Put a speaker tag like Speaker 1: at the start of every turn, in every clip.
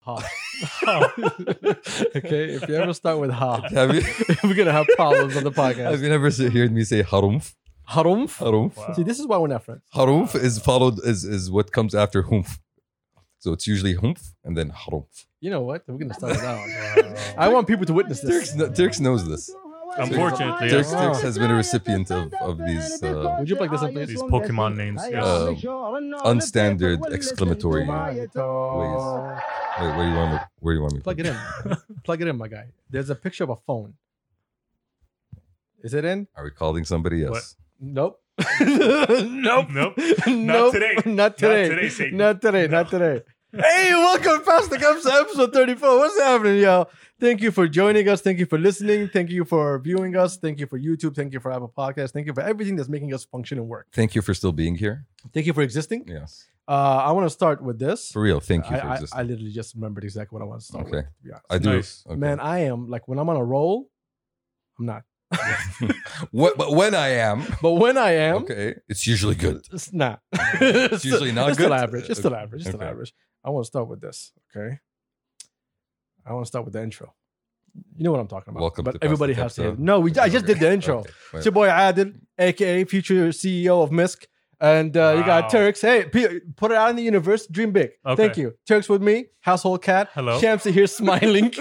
Speaker 1: Ha. ha. okay, if you ever start with ha,
Speaker 2: Have you?
Speaker 1: we're gonna have problems on the
Speaker 2: Have
Speaker 1: podcast.
Speaker 2: you never se- heard me say harumf?
Speaker 1: Harumf.
Speaker 2: Harumf.
Speaker 3: Wow.
Speaker 1: See, this is why we're not friends.
Speaker 2: Harumf is followed is is what comes after humf. So it's usually humf and then harumf.
Speaker 1: You know what? We're gonna start it out.
Speaker 3: Wow.
Speaker 1: I want people to witness
Speaker 2: Turks,
Speaker 1: this.
Speaker 2: kn- Turks knows this.
Speaker 3: Unfortunately,
Speaker 2: Turks,
Speaker 1: Wow.
Speaker 2: Turks has been a recipient of, of these uh,
Speaker 1: Would you play this up, please?
Speaker 3: These Pokemon names. yes.
Speaker 2: Uh, unstandard exclamatory-
Speaker 1: Please.
Speaker 2: wait, where do you want me? Where do you want me?
Speaker 1: Plug it in. Plug it in, my guy. There's a picture of a phone. Is it in?
Speaker 2: Are we calling somebody? Yes.
Speaker 3: What?
Speaker 1: Nope. nope.
Speaker 3: nope.
Speaker 1: Nope.
Speaker 3: today.
Speaker 1: Not today.
Speaker 3: today, Satan.
Speaker 1: Not today. Not today. Hey, welcome past the cups to episode 34. What's happening, y'all? Thank you for joining us. Thank you for listening. Thank you for viewing us. Thank you for YouTube. Thank you for Apple Podcasts. Thank you for everything that's making us function and work.
Speaker 2: Thank you for still being here.
Speaker 1: Thank you for existing.
Speaker 2: Yes.
Speaker 1: Uh, I want to start with this.
Speaker 2: For real. Thank you
Speaker 1: I,
Speaker 2: for
Speaker 1: I-
Speaker 2: existing.
Speaker 1: I literally just remembered exactly what I want to start with.
Speaker 2: Okay.
Speaker 1: To be honest.
Speaker 2: I, do.
Speaker 3: Nice.
Speaker 2: Okay.
Speaker 1: Man, I am like when I'm on a roll, I'm not.
Speaker 2: What, but when I am,
Speaker 1: But when I am,
Speaker 2: okay, it's usually good.
Speaker 1: it's not. it's
Speaker 2: usually not
Speaker 1: it's still
Speaker 2: good?
Speaker 1: average. It's still average. It's still
Speaker 2: Okay.
Speaker 1: average. I want to start with this. Okay. I want to start with the intro. You know what I'm talking about.
Speaker 2: Welcome
Speaker 1: but
Speaker 2: to Pasta
Speaker 1: everybody has to.
Speaker 2: Capsule.
Speaker 1: hear- No, we. I just did the intro.
Speaker 2: Okay.
Speaker 1: It's your boy Adil, aka future CEO of Misk, and uh, you
Speaker 3: Wow.
Speaker 1: got Turks. Hey, P- put it out in the universe. Dream big.
Speaker 3: Okay.
Speaker 1: Thank you, Turks with me. Household cat.
Speaker 3: Hello.
Speaker 1: Shamsi here smiling.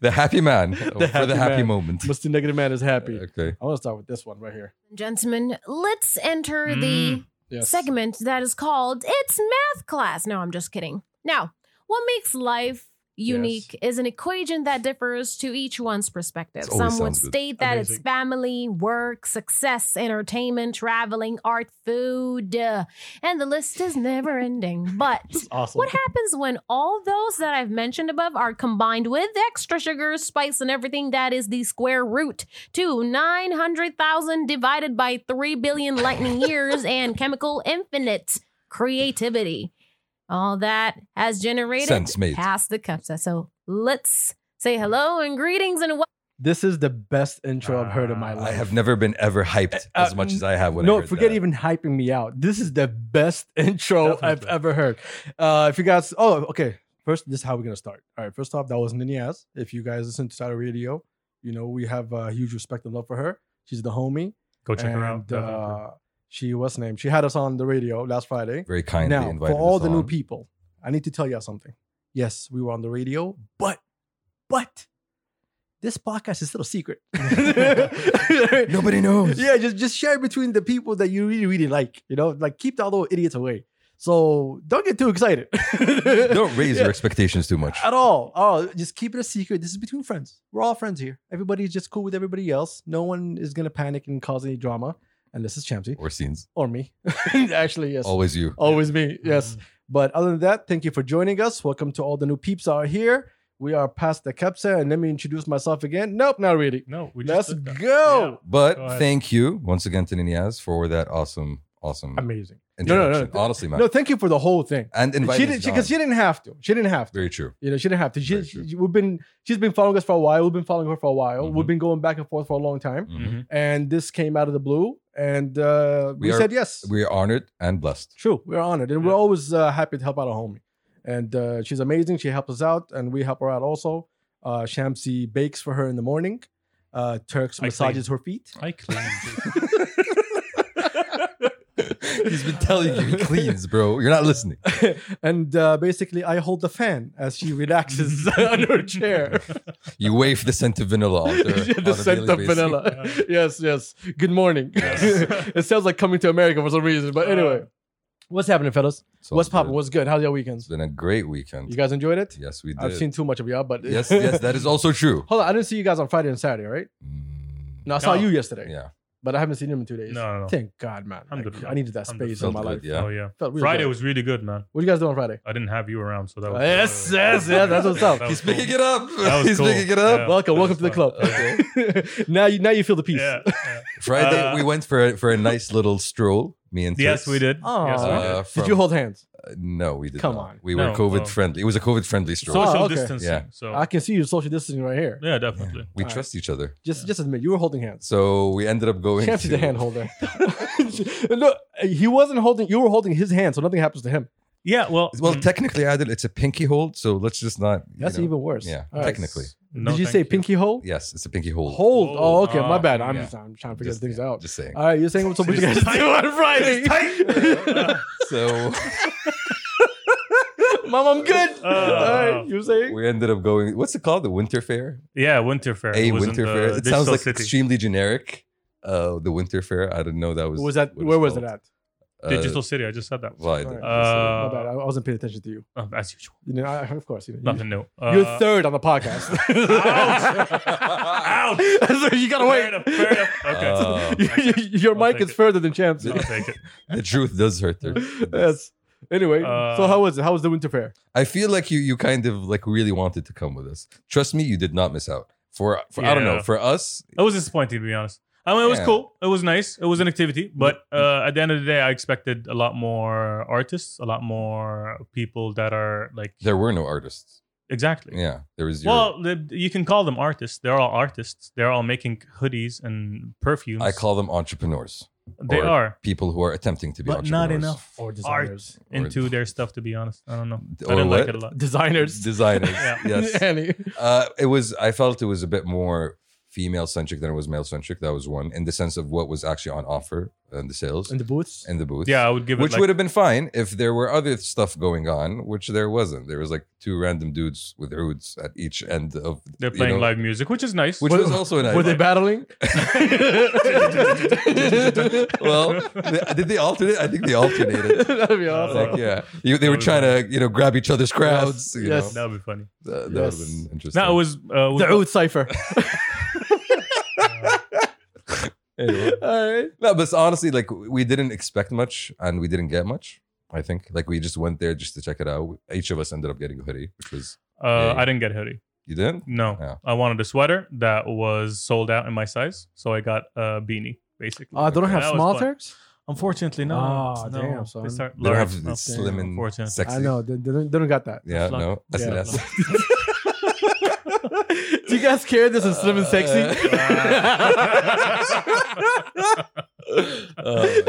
Speaker 2: The happy man for
Speaker 1: happy
Speaker 2: the happy
Speaker 1: man.
Speaker 2: moment.
Speaker 1: Mr. Negative Man is happy.
Speaker 2: Okay.
Speaker 1: I want to start with this one right here.
Speaker 4: Gentlemen, let's enter the
Speaker 1: Mm, Yes.
Speaker 4: segment that is called It's Math Class. No, I'm just kidding. Now, what makes life unique is an equation that differs to each one's perspective.
Speaker 2: This always
Speaker 4: Some would
Speaker 2: sounds good.
Speaker 4: state that
Speaker 1: Amazing.
Speaker 4: it's family, work, success, entertainment, traveling, art, food, uh, and the list is never ending. But
Speaker 1: This is awesome.
Speaker 4: what happens when all those that I've mentioned above are combined with extra sugar, spice, and everything that is the square root to 900,000 divided by 3 billion lightning years and chemical infinite creativity? All that has generated
Speaker 2: Sense made.
Speaker 4: past the cups. So let's say hello and greetings and welcome.
Speaker 1: This is the best intro I've heard in my life.
Speaker 2: Ah, I have never been ever hyped
Speaker 1: Uh,
Speaker 2: as much as I have when I
Speaker 1: no,
Speaker 2: heard
Speaker 1: forget
Speaker 2: that.
Speaker 1: even hyping me out. This is the best intro I've
Speaker 3: Definitely.
Speaker 1: ever heard. Uh, if you guys, oh, okay. First, this is how we're gonna start. All right. First off, that was Ninyas. If you guys listen to Tyler Radio, you know we have uh, huge respect and love for her. She's the homie.
Speaker 3: Go check
Speaker 1: and,
Speaker 3: her out. definitely.
Speaker 1: Uh, she what's her name? She had us on the radio last Friday.
Speaker 2: very kindly
Speaker 1: now,
Speaker 2: invited
Speaker 1: for all
Speaker 2: us
Speaker 1: the new
Speaker 2: on.
Speaker 1: people, I need to tell you something. Yes, we were on the radio, but but this podcast is still a secret.
Speaker 2: Nobody knows.
Speaker 1: yeah, just just share between the people that you really really like. You know, like keep the little idiots away. So don't get too excited.
Speaker 2: Don't raise
Speaker 1: Yeah.
Speaker 2: your expectations too much.
Speaker 1: at all. Oh, just keep it a secret. This is between friends. We're all friends here. Everybody's just cool with everybody else. No one is gonna panic and cause any drama unless it's Champsy
Speaker 2: Or scenes.
Speaker 1: or me. Actually, yes,
Speaker 2: Always you.
Speaker 1: always me.
Speaker 3: Mm-hmm.
Speaker 1: Yes. But other than that, thank you for joining us. Welcome to all the new peeps out here. We are past the Kepsa, and let me introduce myself again. Nope, not really.
Speaker 3: No, we just
Speaker 1: Let's
Speaker 3: did that.
Speaker 1: go.
Speaker 2: But
Speaker 3: Go ahead.
Speaker 2: thank you once again to Ninyas for that awesome, awesome
Speaker 1: Amazing. no, no, no.
Speaker 2: introduction. Honestly, man.
Speaker 1: No, thank you for the whole thing.
Speaker 2: and inviting
Speaker 1: she
Speaker 2: us
Speaker 1: didn't
Speaker 2: on.
Speaker 1: because she, didn't have to. She didn't have to.
Speaker 2: Very true.
Speaker 1: You know, she didn't have to. She,
Speaker 2: Very true.
Speaker 1: she- we've been she's been following us for a while. We've been following her for a while.
Speaker 2: Mhm.
Speaker 1: We've been going back and forth for a long time.
Speaker 2: Mhm.
Speaker 3: Mm-hmm.
Speaker 1: And this came out of the blue, and uh, we,
Speaker 2: We are-
Speaker 1: said yes.
Speaker 2: We are honored and blessed.
Speaker 1: True, we're honored, and we're always uh, happy to help out a homie. And uh, she's amazing. She helps us out, and we help her out also. Uh, Shamsi bakes for her in the morning. Uh, Turks
Speaker 3: I
Speaker 1: massages her feet.
Speaker 3: I cleaned it.
Speaker 2: He's been telling you he cleans, bro. You're not listening.
Speaker 1: and uh, basically, I hold the fan as she relaxes on her chair.
Speaker 2: You wave the scent of vanilla. On
Speaker 1: Yeah, the scent of vanilla.
Speaker 3: Yeah.
Speaker 1: yes, yes. Good morning.
Speaker 3: Yes.
Speaker 1: it sounds like coming to America for some reason. But anyway,
Speaker 3: Uh,
Speaker 1: what's happening, fellas? What's popping?
Speaker 2: popping?
Speaker 1: What's good? How's your
Speaker 2: It's
Speaker 1: weekends?
Speaker 2: been a great weekend.
Speaker 1: You guys enjoyed it?
Speaker 2: yes, we did.
Speaker 1: I've seen too much of y'all, but
Speaker 2: yes, yes, that is also true.
Speaker 1: Hold on, I didn't see you guys on Friday and Saturday, right?
Speaker 2: Mm,
Speaker 1: No, I saw
Speaker 3: No.
Speaker 1: you yesterday,
Speaker 2: Yeah.
Speaker 1: but I haven't seen him in two days.
Speaker 3: No, no, no.
Speaker 1: Thank God, man. Like,
Speaker 3: Alhamdulillah.
Speaker 1: I needed that space in
Speaker 2: Felt
Speaker 1: my
Speaker 2: good,
Speaker 1: life.
Speaker 2: yeah.
Speaker 3: Oh yeah.
Speaker 1: Felt really
Speaker 3: Friday
Speaker 1: good.
Speaker 3: was really good, man.
Speaker 1: What you guys do on Friday?
Speaker 3: I didn't have you around, so that was uh,
Speaker 1: Yes, yes, yeah, that's what's up.
Speaker 3: That was
Speaker 2: He's
Speaker 3: cool.
Speaker 2: picking it up.
Speaker 3: That was
Speaker 2: He's
Speaker 3: cool.
Speaker 2: picking it up.
Speaker 3: Yeah,
Speaker 1: welcome,
Speaker 3: that
Speaker 1: welcome
Speaker 3: was
Speaker 1: to the
Speaker 3: fun.
Speaker 1: club. now you now you feel the peace.
Speaker 3: Yeah, yeah.
Speaker 2: Friday,
Speaker 3: Uh,
Speaker 2: we went for a, for a nice little stroll. Me and
Speaker 3: yes,
Speaker 2: Turks.
Speaker 3: we did. Yes, we did.
Speaker 2: Uh,
Speaker 1: Did
Speaker 2: from-
Speaker 1: you hold hands?
Speaker 2: No, we did.
Speaker 1: Come
Speaker 2: not.
Speaker 1: on.
Speaker 2: we
Speaker 3: No,
Speaker 2: were COVID
Speaker 3: oh.
Speaker 2: friendly. It was a COVID friendly stroll.
Speaker 3: Social
Speaker 1: Oh, okay.
Speaker 3: distancing.
Speaker 2: Yeah.
Speaker 3: So
Speaker 1: I can see you social distancing right here.
Speaker 3: yeah,
Speaker 2: Yeah,
Speaker 3: definitely.
Speaker 2: We
Speaker 1: Alright.
Speaker 2: trust each other,
Speaker 1: Just just admit you were holding hands.
Speaker 2: so we ended up going.
Speaker 1: Champ's
Speaker 2: to,
Speaker 1: the hand holder. Look, he wasn't holding. You were holding his hand, so nothing happens to him.
Speaker 3: Yeah, well,
Speaker 2: Well,
Speaker 3: mm,
Speaker 2: technically, Adil, it's a pinky hold, so let's just not. you
Speaker 1: That's
Speaker 2: know.
Speaker 1: even worse.
Speaker 2: yeah,
Speaker 1: All right.
Speaker 2: technically.
Speaker 3: no,
Speaker 1: Did you
Speaker 3: thank
Speaker 1: say pinky hole?
Speaker 2: Yes, it's a pinky hold.
Speaker 1: Hold. Oh,
Speaker 3: Hold.
Speaker 1: okay. My
Speaker 3: Ah,
Speaker 1: bad. I'm,
Speaker 2: yeah.
Speaker 1: just, I'm trying to figure
Speaker 2: Just-
Speaker 1: things
Speaker 2: yeah,
Speaker 1: out.
Speaker 2: Just saying.
Speaker 1: All right, you're saying what's what you guys do on Friday?
Speaker 2: so
Speaker 1: Mom, I'm good.
Speaker 3: Uh,
Speaker 1: All right, you're saying?
Speaker 2: we ended up going. What's it called? The Winter Fair.
Speaker 3: Yeah, Winter Fair.
Speaker 2: a
Speaker 3: It was in
Speaker 2: Winter
Speaker 3: the
Speaker 2: Fair. It sounds
Speaker 3: Digital
Speaker 2: like
Speaker 3: City.
Speaker 2: extremely generic. Uh, the Winter Fair. I didn't know that was.
Speaker 1: Was that
Speaker 2: what it's
Speaker 1: where was it
Speaker 2: called.
Speaker 1: at?
Speaker 2: Uh,
Speaker 3: Digital City. I just said that.
Speaker 2: well, I didn't-
Speaker 3: Uh,
Speaker 1: My bad. I I wasn't paying attention to you.
Speaker 3: Uh, as usual,
Speaker 1: You know, I, of course. You know,
Speaker 3: nothing new.
Speaker 1: you,
Speaker 3: Uh,
Speaker 1: you're third on the podcast.
Speaker 3: Ouch!
Speaker 1: so you gotta
Speaker 3: Fair
Speaker 1: wait.
Speaker 3: enough. Fair enough. Okay.
Speaker 2: Uh,
Speaker 1: You- you- Your
Speaker 3: I'll
Speaker 1: mic
Speaker 3: take
Speaker 1: is
Speaker 3: it.
Speaker 1: further than champs.
Speaker 3: I'll take it.
Speaker 2: the truth does hurt. There.
Speaker 1: yes. Anyway, so
Speaker 3: Uh,
Speaker 1: how was it? How was the winter fair?
Speaker 2: I feel like you you kind of like really wanted to come with us. Trust me, you did not miss out. For, for I don't know.
Speaker 3: Yeah.
Speaker 2: For us,
Speaker 3: I was disappointed to be honest. I mean, it was
Speaker 2: Yeah. Mm-hmm.
Speaker 3: cool. It was nice. It was an activity, but uh, at the end of the day, I expected a lot more artists, a lot more people that are like
Speaker 2: there were no artists.
Speaker 3: exactly.
Speaker 2: Yeah, there was. Zero.
Speaker 3: Well, the, you can call them artists. They're all artists. They're all making hoodies and perfumes.
Speaker 2: I call them entrepreneurs,
Speaker 3: they
Speaker 2: or
Speaker 3: are,
Speaker 2: people who are attempting to be
Speaker 3: but
Speaker 2: entrepreneurs.
Speaker 3: not enough
Speaker 1: Or
Speaker 3: designers.
Speaker 2: Or-
Speaker 3: into their stuff. To be honest, I don't know. I
Speaker 2: Or
Speaker 3: didn't like it
Speaker 2: what?
Speaker 3: a lot.
Speaker 1: Designers.
Speaker 2: Designers.
Speaker 3: Yeah.
Speaker 2: Yes.
Speaker 1: Annie.
Speaker 2: Uh, it was. I felt it was a bit more female centric than it was male centric. That was one in the sense of what was actually on offer and the sales
Speaker 1: In the booths.
Speaker 2: in the booth.
Speaker 3: Yeah, I would give it.
Speaker 2: Which
Speaker 3: like,
Speaker 2: would have been fine if there were other stuff going on, which there wasn't. There was like two random dudes with hoods at each end of,
Speaker 3: they're
Speaker 2: you
Speaker 3: playing
Speaker 2: know,
Speaker 3: live music, which is nice.
Speaker 2: which
Speaker 1: Were-
Speaker 2: was also nice.
Speaker 1: Were they battling?
Speaker 2: well, they- did they alternate? I think they alternated.
Speaker 1: That'd be
Speaker 3: Uh,
Speaker 1: awesome.
Speaker 2: Like, yeah, you, they were
Speaker 3: That
Speaker 2: trying to you know grab each other's crowds. you
Speaker 1: Yes.
Speaker 3: that would be funny.
Speaker 2: know. That,
Speaker 1: Yes.
Speaker 2: would have been interesting.
Speaker 3: No, it was. Uh, it was
Speaker 1: The Oud Cipher.
Speaker 2: Anyway.
Speaker 1: All right.
Speaker 2: No, but it's honestly, like we didn't expect much and we didn't get much. I think like we just went there just to check it out. Each of us ended up getting a hoodie, which was
Speaker 3: uh,
Speaker 2: Yeah.
Speaker 3: I didn't get hoodie.
Speaker 2: you didn't.
Speaker 3: No,
Speaker 2: Yeah.
Speaker 3: I wanted a sweater that was sold out in my size, so I got a beanie basically.
Speaker 1: Uh, they don't
Speaker 3: Okay.
Speaker 1: have
Speaker 3: That was
Speaker 1: small
Speaker 3: fun.
Speaker 1: terms.
Speaker 3: Unfortunately, no.
Speaker 1: Ah,
Speaker 3: no.
Speaker 1: damn, son.
Speaker 3: They start
Speaker 2: They don't
Speaker 3: large.
Speaker 2: have
Speaker 3: No,
Speaker 2: slim and
Speaker 3: unfortunately.
Speaker 2: sexy.
Speaker 1: I know they, they, don't, they don't got that.
Speaker 2: Yeah,
Speaker 3: Fluff.
Speaker 2: no.
Speaker 1: Yeah.
Speaker 2: SNS.
Speaker 1: Do you guys care? This is slim and sexy.
Speaker 2: Oh,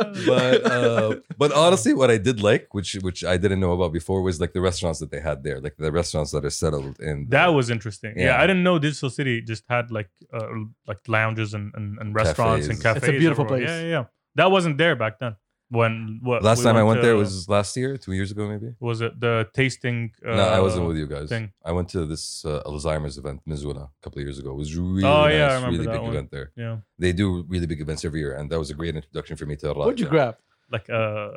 Speaker 2: my God. but uh, but honestly, what I did like, which which I didn't know about before, was like the restaurants that they had there, like the restaurants that are settled in.
Speaker 3: That was interesting. Yeah.
Speaker 2: Yeah.
Speaker 3: I didn't know Digital City just had like uh, like lounges and, and, and restaurants and
Speaker 2: Cafes.
Speaker 3: cafes.
Speaker 1: It's a beautiful
Speaker 3: everywhere.
Speaker 1: place.
Speaker 3: Yeah, yeah, yeah. That wasn't there back then. When what
Speaker 2: last
Speaker 3: we
Speaker 2: time I went there
Speaker 3: to-
Speaker 2: was last year, two years ago, maybe.
Speaker 3: was it the tasting? Uh,
Speaker 2: no, I wasn't with you guys.
Speaker 3: thing.
Speaker 2: I went to this uh, Alzheimer's event, Missoula, a couple of years ago. It was really
Speaker 3: Oh,
Speaker 2: nice,
Speaker 3: yeah, I remember
Speaker 2: really
Speaker 3: that
Speaker 2: big
Speaker 3: one.
Speaker 2: event there.
Speaker 3: Yeah,
Speaker 2: They do really big events every year, and that was a great introduction for me to. Raja.
Speaker 1: What'd you grab?
Speaker 3: like uh,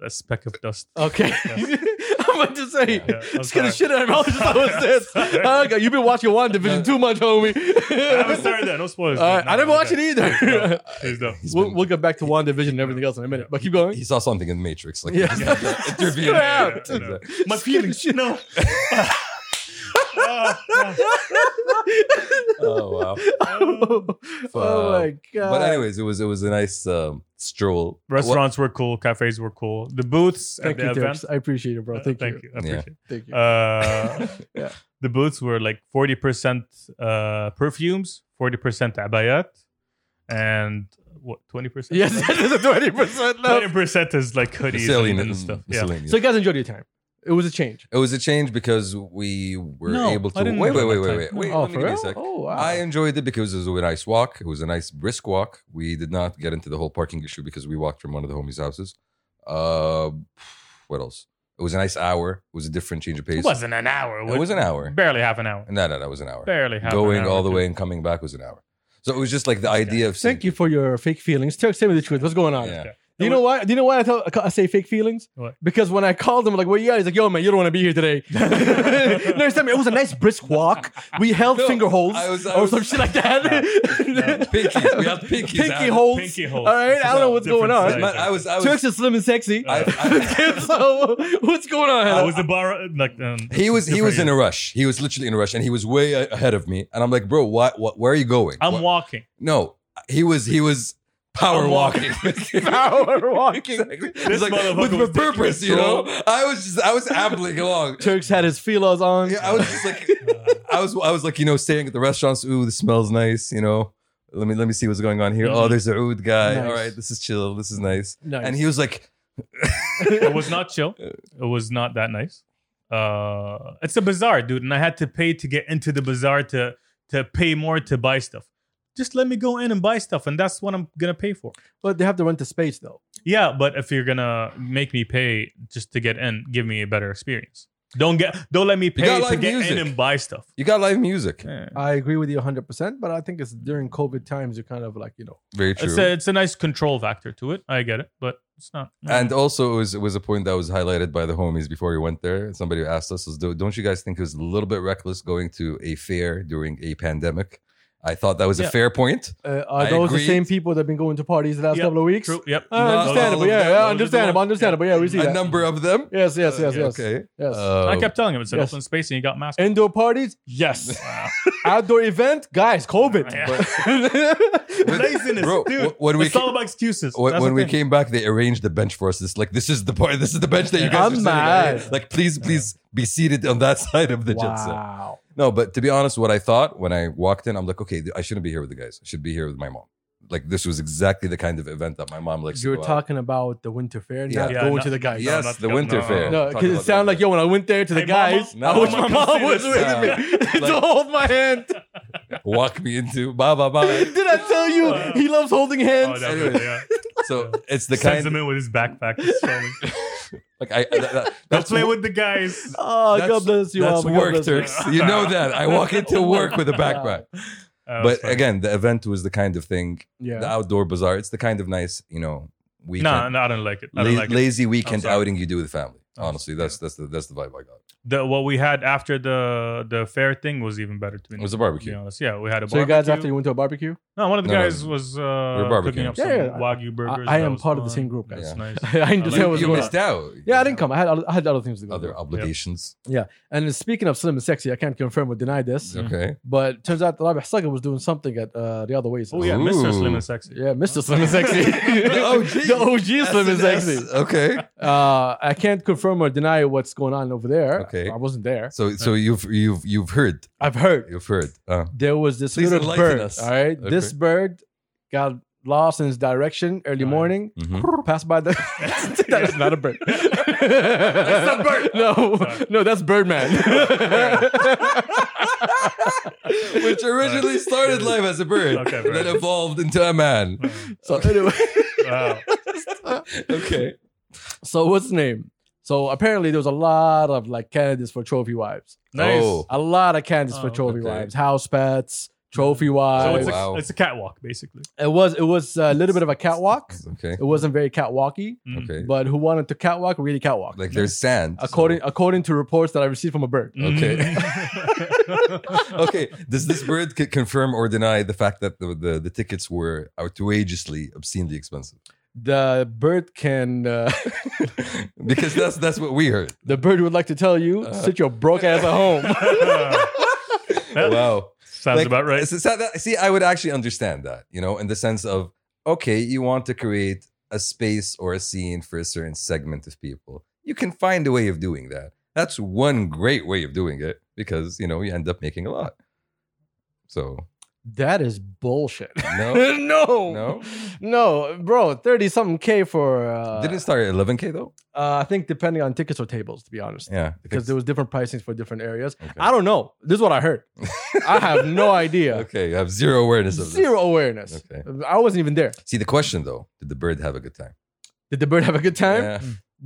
Speaker 3: a speck of dust.
Speaker 1: Okay. I'm about to say,
Speaker 3: Yeah, I'm
Speaker 1: just get the
Speaker 3: sorry.
Speaker 1: shit out of my mouth. Just how is this?
Speaker 3: Sorry.
Speaker 1: Okay, you've been watching One Division too much, homie.
Speaker 3: I haven't started that. No spoilers.
Speaker 1: All right, I didn't watch it
Speaker 3: No,
Speaker 1: either.
Speaker 3: Please don't.
Speaker 2: He's
Speaker 1: we'll,
Speaker 2: been-
Speaker 1: we'll get back to One Division and everything else in a minute, but keep going.
Speaker 2: He saw something in Matrix, like
Speaker 1: Yeah.
Speaker 2: he just had that interview.
Speaker 1: Screw out.
Speaker 2: Exactly.
Speaker 3: My feelings, you know.
Speaker 2: Oh wow!
Speaker 1: oh my god!
Speaker 2: But anyways, it was it was a nice um, stroll.
Speaker 3: Restaurants were cool. Cafes were cool. The booths
Speaker 1: thank
Speaker 3: at
Speaker 1: you,
Speaker 3: the event.
Speaker 1: Turks. I appreciate it, bro.
Speaker 3: Uh,
Speaker 1: Thank, you.
Speaker 3: thank you. I
Speaker 2: Yeah.
Speaker 3: appreciate
Speaker 1: Thank you.
Speaker 3: it. Uh,
Speaker 1: Yeah.
Speaker 3: The booths were like 40% uh, perfumes, 40% abayat, and what, 20%?
Speaker 1: yes, that is a twenty percent left.
Speaker 3: 20% is like
Speaker 2: What,
Speaker 3: hoodies and,
Speaker 2: miscellaneous-
Speaker 3: and stuff. Yeah.
Speaker 2: miscellaneous.
Speaker 1: So you guys enjoyed your time. It was a change.
Speaker 2: it was a change because we were
Speaker 3: No,
Speaker 2: able to
Speaker 3: I didn't
Speaker 2: wait,
Speaker 3: enjoy
Speaker 2: wait, wait,
Speaker 3: that
Speaker 2: wait,
Speaker 3: time.
Speaker 2: wait, wait.
Speaker 1: oh,
Speaker 2: let me
Speaker 1: for
Speaker 2: give you
Speaker 1: real?
Speaker 2: a sec.
Speaker 1: Oh, wow.
Speaker 2: I enjoyed it because it was a nice walk. It was a nice brisk walk. We did not get into the whole parking issue because we walked from one of the homies' houses. Uh, what else? It was a nice hour. It was a different change of pace.
Speaker 3: It wasn't an hour.
Speaker 2: It was an hour.
Speaker 3: Barely half an hour.
Speaker 2: No, no, that was an hour.
Speaker 3: Barely half
Speaker 2: Going
Speaker 3: an hour.
Speaker 2: all the way and coming back was an hour. So it was just like the idea of
Speaker 1: Thank you for your fake feelings. Turks, tell me the truth. What's going on?
Speaker 2: Yeah.
Speaker 1: Do you know why? Do you know why I, tell, I ca- I say fake feelings?
Speaker 3: What?
Speaker 1: Because when I called him, like, where you at? He's like, yo, man, you don't want to be here today. Next time, it was a nice brisk walk. We held
Speaker 2: No,
Speaker 1: finger holds
Speaker 2: I was- I
Speaker 1: or
Speaker 2: was-
Speaker 1: some shit like that.
Speaker 3: no.
Speaker 2: Pinkies. We had pinkies,
Speaker 1: Pinky
Speaker 2: Adam.
Speaker 1: holds.
Speaker 3: Pinky holds.
Speaker 1: All right, I don't know what's
Speaker 3: Different
Speaker 1: going on.
Speaker 3: size.
Speaker 2: Man, I was, I was.
Speaker 1: Turks is slim and sexy.
Speaker 2: I- I-
Speaker 1: so what's going on?
Speaker 3: I
Speaker 1: Hannah?
Speaker 3: was the bar. Like, um,
Speaker 2: he was he was in
Speaker 3: different-
Speaker 2: a rush. He was literally in a rush, and he was way a- ahead of me. And I'm like, bro, what? what where are you going?
Speaker 3: I'm
Speaker 2: What-
Speaker 3: walking.
Speaker 2: no. He was he was power
Speaker 3: I'm
Speaker 2: walking.
Speaker 3: walking.
Speaker 1: power walking.
Speaker 2: Exactly. It's like
Speaker 3: motherfucker
Speaker 2: with
Speaker 3: was
Speaker 2: a purpose,
Speaker 3: taking
Speaker 2: you
Speaker 3: a
Speaker 2: know. I was just I was ambling along.
Speaker 1: Turks had his feelers on.
Speaker 2: Yeah, I was just like
Speaker 3: Uh,
Speaker 2: I was I was like you know staying at the restaurants. Ooh, this smells nice. You know, let me let me see what's going on here. Oh,
Speaker 3: Mhm.
Speaker 2: there's a oud guy.
Speaker 1: Nice.
Speaker 2: All right, this is chill. This is nice.
Speaker 1: Nice.
Speaker 2: And he was like,
Speaker 3: it was not chill.
Speaker 2: Uh.
Speaker 3: It was not that nice. Uh, it's a bazaar, dude, and I had to pay to get into the bazaar to to pay more to buy stuff. Just let me go in and buy stuff, and that's what I'm gonna pay for.
Speaker 1: But they have to rent the space though.
Speaker 3: Yeah, but if you're gonna make me pay just to get in, give me a better experience. Don't get, don't let me pay
Speaker 2: got
Speaker 3: to
Speaker 2: live
Speaker 3: get in
Speaker 2: music.
Speaker 3: and buy stuff.
Speaker 2: You got live music.
Speaker 3: Yeah.
Speaker 1: I agree with you 100%, but I think it's during COVID times, you're kind of like, you know,
Speaker 2: Very true.
Speaker 3: It's a, it's a nice control factor to it. I get it, but it's not.
Speaker 2: And also, it was, it was a point that was highlighted by the homies before we went there. Somebody asked us, "Do- "Don't you guys think it was a little bit reckless going to a fair during a pandemic?" I thought that was
Speaker 3: Yeah.
Speaker 2: a fair point.
Speaker 1: uh, are
Speaker 2: I
Speaker 1: those
Speaker 2: agree.
Speaker 1: the same people that have been going to parties the last
Speaker 3: Yeah,
Speaker 1: couple of weeks?
Speaker 3: true. Yep.
Speaker 1: Uh,
Speaker 2: Not
Speaker 1: understandable.
Speaker 2: all of
Speaker 1: Yeah, yeah,
Speaker 2: them. Those
Speaker 3: are the
Speaker 1: understandable.
Speaker 3: ones-
Speaker 1: Understandable. Yeah, we see
Speaker 2: A
Speaker 1: that.
Speaker 2: number of them.
Speaker 1: Yes, yes, yes,
Speaker 2: Uh,
Speaker 1: yes.
Speaker 2: Okay.
Speaker 1: Yes.
Speaker 2: Uh,
Speaker 3: I kept telling him it's an
Speaker 1: yes.
Speaker 3: open space, and he got masked.
Speaker 1: Indoor parties,
Speaker 3: Yes.
Speaker 1: outdoor event, guys, COVID.
Speaker 3: Yeah.
Speaker 2: But-
Speaker 3: Laziness,
Speaker 2: Bro,
Speaker 3: dude.
Speaker 2: wh- when we
Speaker 3: it's
Speaker 2: ca-
Speaker 3: all about excuses.
Speaker 2: When,
Speaker 3: That's
Speaker 2: when
Speaker 3: the
Speaker 2: we
Speaker 3: thing.
Speaker 2: came back, they arranged the bench for us. It's like this is the part. This is the bench that you
Speaker 3: Yeah.
Speaker 2: guys
Speaker 1: I'm
Speaker 2: are sitting on.
Speaker 1: mad.
Speaker 2: Like, please, please be seated on that side of the jet set.
Speaker 1: wow.
Speaker 2: No, but to be honest, what I thought when I walked in, I'm like, okay, I shouldn't be here with the guys. I should be here with my mom. Like this was exactly the kind of event that my mom likes.
Speaker 1: You were
Speaker 2: to go out.
Speaker 1: talking about the winter fair,
Speaker 2: Yeah.
Speaker 1: not
Speaker 3: Yeah,
Speaker 1: going
Speaker 3: no-
Speaker 1: to the guys.
Speaker 2: Yes,
Speaker 3: not-
Speaker 2: the
Speaker 3: no,
Speaker 2: winter
Speaker 3: no,
Speaker 2: fair.
Speaker 1: No,
Speaker 2: Talking
Speaker 1: because it
Speaker 2: about
Speaker 1: sounded
Speaker 2: that.
Speaker 1: like, yo, when I went there to the
Speaker 3: Hey, mama.
Speaker 1: guys,
Speaker 2: No,
Speaker 1: I wish my
Speaker 3: mama,
Speaker 1: mom
Speaker 3: see
Speaker 1: was
Speaker 3: this.
Speaker 1: with
Speaker 2: Yeah.
Speaker 1: me to
Speaker 2: Like-
Speaker 1: hold my hand.
Speaker 2: walk me into bye bye bye.
Speaker 1: Did I tell you
Speaker 3: Wow.
Speaker 1: he loves holding hands?
Speaker 3: Oh, that
Speaker 2: Anyway,
Speaker 3: was- yeah.
Speaker 2: So it's the
Speaker 3: The
Speaker 2: kind
Speaker 3: Sends him in with his backpack. It's showing.
Speaker 2: like I. That, that,
Speaker 3: Don't
Speaker 2: that's
Speaker 3: play with the guys.
Speaker 1: Oh,
Speaker 2: That's-
Speaker 1: God bless you.
Speaker 2: that's
Speaker 1: Mama. God
Speaker 2: work,
Speaker 1: bless you.
Speaker 2: Turks. You know that. I walk into work with a backpack.
Speaker 3: Uh,
Speaker 2: But
Speaker 3: it's fine.
Speaker 2: again, the event was the kind of thing. The
Speaker 1: Yeah.
Speaker 2: outdoor bazaar. It's the kind of nice, you know, weekend.
Speaker 3: no, no, I don't like it. I don't
Speaker 2: la-
Speaker 3: like it.
Speaker 2: lazy weekend
Speaker 3: sorry.
Speaker 2: outing you do with family.
Speaker 3: I'm
Speaker 2: Honestly,
Speaker 3: sorry.
Speaker 2: that's that's the that's the vibe I got.
Speaker 3: The, what we had after the the fair thing was even better to me.
Speaker 2: It was a
Speaker 3: to be
Speaker 2: barbecue.
Speaker 3: honest. Yeah, we had a
Speaker 1: So
Speaker 3: barbecue.
Speaker 1: you guys, after you went to a barbecue,
Speaker 3: no, one of the
Speaker 2: No, no,
Speaker 3: guys was uh,
Speaker 2: barbecuing.
Speaker 3: cooking up
Speaker 1: Yeah,
Speaker 3: some
Speaker 1: yeah, I-
Speaker 3: wagyu burgers.
Speaker 1: I, I
Speaker 3: That
Speaker 1: am
Speaker 3: was
Speaker 1: part of the
Speaker 3: fun.
Speaker 1: same group, guys.
Speaker 3: That's
Speaker 2: Yeah.
Speaker 3: nice.
Speaker 1: I didn't
Speaker 3: I
Speaker 1: say
Speaker 3: like-
Speaker 1: I was
Speaker 2: you
Speaker 1: going.
Speaker 2: missed out.
Speaker 1: Yeah, I didn't come. I had other- I had other things to go.
Speaker 2: Other
Speaker 1: Other.
Speaker 2: obligations.
Speaker 1: And speaking of slim and sexy, I can't confirm or deny this,
Speaker 3: Yeah.
Speaker 2: Okay.
Speaker 1: but turns out that Rabbi Hasaga was doing something at uh, the other ways.
Speaker 3: Oh yeah, Mr. Slim
Speaker 2: Ooh.
Speaker 3: and Sexy.
Speaker 1: Yeah, Mr. Slim and Sexy.
Speaker 2: The OG.
Speaker 1: The OG Slim and
Speaker 2: S&S.
Speaker 1: Sexy.
Speaker 2: Okay.
Speaker 1: Uh, I can't confirm or deny what's going on over there.
Speaker 2: Okay.
Speaker 1: I wasn't there.
Speaker 2: So so you've you've you've heard
Speaker 1: I've heard.
Speaker 2: you've heard. Uh,
Speaker 1: there was this
Speaker 2: Please
Speaker 1: little
Speaker 2: enlighten
Speaker 1: bird.
Speaker 2: us.
Speaker 1: All right,
Speaker 2: Okay.
Speaker 1: this bird got lost in its direction early
Speaker 3: Oh, yeah.
Speaker 1: morning.
Speaker 2: mhm.
Speaker 1: Passed by the. that is not a bird. that's not
Speaker 3: bird.
Speaker 1: No,
Speaker 3: Sorry.
Speaker 1: no, that's Birdman.
Speaker 2: Which originally started life as a bird,
Speaker 3: Okay,
Speaker 2: and then
Speaker 3: bird.
Speaker 2: evolved into a man.
Speaker 1: so anyway,
Speaker 3: Wow.
Speaker 2: Okay.
Speaker 1: so what's the name? So apparently there was a lot of like candidates for trophy wives.
Speaker 3: Nice.
Speaker 2: Oh.
Speaker 1: A lot of candidates for
Speaker 3: Oh,
Speaker 1: trophy
Speaker 2: okay.
Speaker 1: wives, house pets, trophy
Speaker 3: So
Speaker 1: wives.
Speaker 3: it's,
Speaker 2: Oh, wow.
Speaker 3: a, it's a catwalk, basically.
Speaker 1: it was it was a little bit of a catwalk.
Speaker 2: Okay.
Speaker 1: It wasn't very catwalky,
Speaker 3: Mm.
Speaker 2: Okay.
Speaker 1: but who wanted to catwalk really catwalk.
Speaker 2: Like there's sand. so- Hmm.
Speaker 1: according according to reports that I received from a bird.
Speaker 2: Okay.
Speaker 3: Mm.
Speaker 2: okay. Does this bird c- confirm or deny the fact that the, the, the tickets were outrageously, obscenely expensive?
Speaker 1: The bird can uh,
Speaker 2: Because that's that's what we heard.
Speaker 1: the bird would like to tell you
Speaker 2: Uh.
Speaker 1: sit your broke ass at home.
Speaker 2: Wow.
Speaker 3: Sounds
Speaker 2: Like,
Speaker 3: about right.
Speaker 2: so- so that- see, I would actually understand that, you know, in the sense of okay, you want to create a space or a scene for a certain segment of people. You can find a way of doing that. That's one great way of doing it because you know you end up making a lot. So
Speaker 1: That is bullshit.
Speaker 2: no,
Speaker 1: no,
Speaker 2: No?
Speaker 1: no, bro. Thirty something k for uh,
Speaker 2: did it start at 11k though?
Speaker 1: uh, I think depending on tickets or tables, to be honest,
Speaker 2: Yeah,
Speaker 1: because there was different pricings for different areas.
Speaker 2: okay.
Speaker 1: I don't know. This is what I heard. I have no idea.
Speaker 2: okay, you have zero awareness of this.
Speaker 1: Zero awareness.
Speaker 2: Okay.
Speaker 1: I wasn't even there.
Speaker 2: See the question though: Did the bird have a good time?
Speaker 1: Did the bird have a good time?
Speaker 2: Yeah.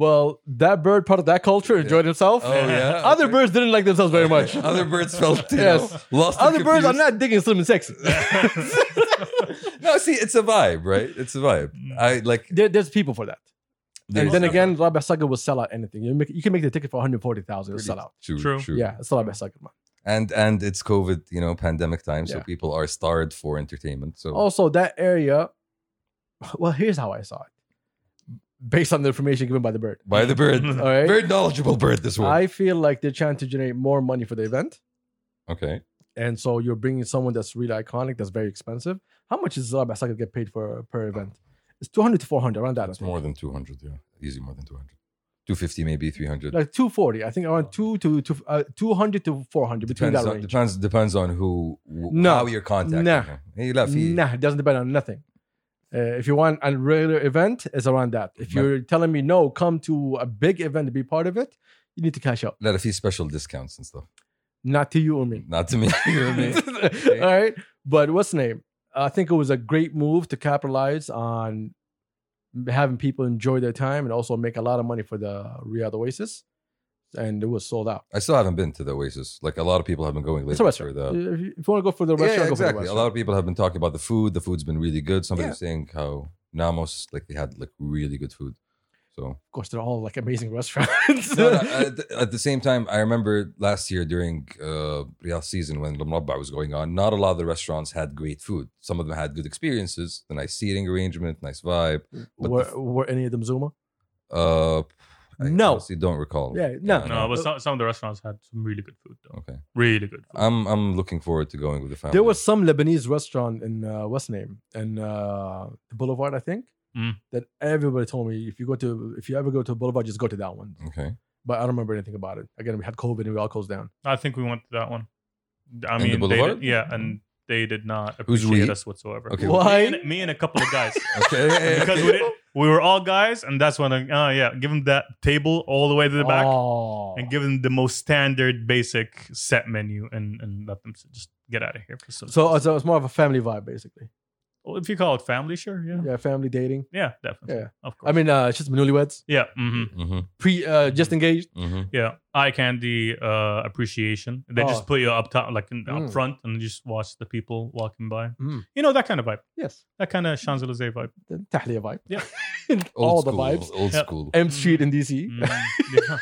Speaker 1: Well, that bird, part of that culture, enjoyed himself.
Speaker 2: Oh yeah.
Speaker 1: Other
Speaker 2: okay.
Speaker 1: birds didn't like themselves very much.
Speaker 2: Other birds felt you
Speaker 1: Yes.
Speaker 2: know, lost. and
Speaker 1: Other birds are
Speaker 2: confused.
Speaker 1: not digging slim and sexy.
Speaker 2: No, see, it's a vibe, right? It's a vibe.
Speaker 3: Mm.
Speaker 2: I like.
Speaker 1: There, there's people for that.
Speaker 2: there
Speaker 1: and
Speaker 2: is
Speaker 1: then
Speaker 2: that
Speaker 1: again, Rabbi Saga will sell out anything. You, make, you can make the ticket for 140,000. It'll
Speaker 2: Pretty
Speaker 1: sell out.
Speaker 2: True,
Speaker 3: True.
Speaker 2: true,
Speaker 1: Yeah, it's Rabbi Saga, man.
Speaker 2: and and it's COVID, you know, pandemic time, so
Speaker 1: Yeah. Oh.
Speaker 2: people are starved for entertainment. So
Speaker 1: Also, that area, well, here's how I saw it based on the information given by the bird.
Speaker 2: by the bird,
Speaker 1: All right.
Speaker 2: very knowledgeable bird this one.
Speaker 1: I feel like they're trying to generate more money for the event.
Speaker 2: Okay,
Speaker 1: And so you're bringing someone that's really iconic, that's very expensive. How much does Rabbi Saga get paid for per event? It's 200 to 400, around that. I
Speaker 2: Oh. that's
Speaker 1: think.
Speaker 2: more than two hundred. Yeah, easy more than two hundred. Two fifty, maybe three hundred.
Speaker 1: like 240 i think around 2 to, to uh, 200 to 400 between
Speaker 2: Oh. Depends
Speaker 1: that
Speaker 2: on,
Speaker 1: range
Speaker 2: depends depends on who, wh-
Speaker 1: No.
Speaker 2: how you're contacting.
Speaker 1: Nah.
Speaker 2: him. Hey, Lafi,
Speaker 1: nah it doesn't depend on nothing Uh, if you want a regular event, it's around that. If
Speaker 2: Right.
Speaker 1: you're telling me no, come to a big event to be part of it, you need to cash out.
Speaker 2: Not a few special discounts and stuff.
Speaker 1: Not to you or me.
Speaker 2: Not to me. You and me.
Speaker 1: All right. But what's the name? I think it was a great move to capitalize on having people enjoy their time and also make a lot of money for the Riyadh Oasis. And it was sold out.
Speaker 2: I still haven't been to the Oasis. Like a lot of people have been going
Speaker 1: It's a
Speaker 2: lately for
Speaker 1: restaurant.
Speaker 2: the
Speaker 1: If you if you want to go for the
Speaker 2: Yeah,
Speaker 1: restaurant, go
Speaker 2: yeah,
Speaker 1: for the
Speaker 2: exactly. A
Speaker 1: restaurant.
Speaker 2: lot of people have been talking about the food. The food's been really good. Somebody
Speaker 1: Yeah.
Speaker 2: was saying how Namos, like they had like really good food. So
Speaker 1: of course, they're all like amazing restaurants.
Speaker 2: No, no, at, the, at the same time, I remember last year during uh, Real season when the Murabba was going on, not a lot of the restaurants had great food. Some of them had good experiences, the nice seating arrangement, nice vibe. but
Speaker 1: were,
Speaker 2: the-
Speaker 1: were any of them Zuma?
Speaker 2: Uh, I
Speaker 1: No.
Speaker 2: honestly don't recall.
Speaker 1: Yeah, no.
Speaker 2: I
Speaker 3: No,
Speaker 2: know.
Speaker 3: but some, some of the restaurants had some really good food though.
Speaker 2: okay.
Speaker 3: Really good food.
Speaker 2: I'm I'm looking forward to going with the family.
Speaker 1: There was some Lebanese restaurant in uh, what's the name in uh, the Boulevard, I think,
Speaker 3: Mm.
Speaker 1: that everybody told me if you go to if you ever go to Boulevard, just go to that one.
Speaker 2: okay.
Speaker 1: But I don't remember anything about it. Again, we had COVID and we all closed down.
Speaker 3: I think we went to that one. I
Speaker 2: And the
Speaker 3: mean, they
Speaker 2: Boulevard?
Speaker 3: did- yeah, and they did not
Speaker 2: Who's we?
Speaker 3: appreciate us whatsoever.
Speaker 2: Okay.
Speaker 3: Me
Speaker 1: Why?
Speaker 3: and- Me and a couple of guys.
Speaker 2: Okay.
Speaker 3: because we, did, we were all guys, and that's when, I- oh yeah, give them that table all the way to the back
Speaker 1: Oh.
Speaker 3: and give them the most standard, basic set menu, and, and let them s- just get out of here. So,
Speaker 1: so, uh, so it's more of a family vibe, basically.
Speaker 3: Well, if you call it family, sure, yeah, yeah,
Speaker 1: Yeah, family dating.
Speaker 3: definitely,
Speaker 1: Yeah.
Speaker 3: of course.
Speaker 1: I mean, uh, it's just newlyweds,
Speaker 3: yeah, hmm
Speaker 2: hmm
Speaker 1: pre, uh,
Speaker 3: Mm.
Speaker 1: just engaged.
Speaker 2: hmm
Speaker 3: yeah, eye candy uh, appreciation. They
Speaker 1: Oh.
Speaker 3: just put you up top, like in,
Speaker 1: Mm.
Speaker 3: up front, and just watch the people walking by.
Speaker 1: Mm.
Speaker 3: You know that kind of vibe,
Speaker 1: Yes,
Speaker 3: that kind of Champs Elysees vibe.
Speaker 1: the tahliya vibe.
Speaker 3: Yeah.
Speaker 1: all
Speaker 2: Old
Speaker 1: the
Speaker 2: school,
Speaker 1: vibes.
Speaker 2: Old
Speaker 3: Yep.
Speaker 2: school.
Speaker 1: M Street in DC.
Speaker 3: Mm, yeah.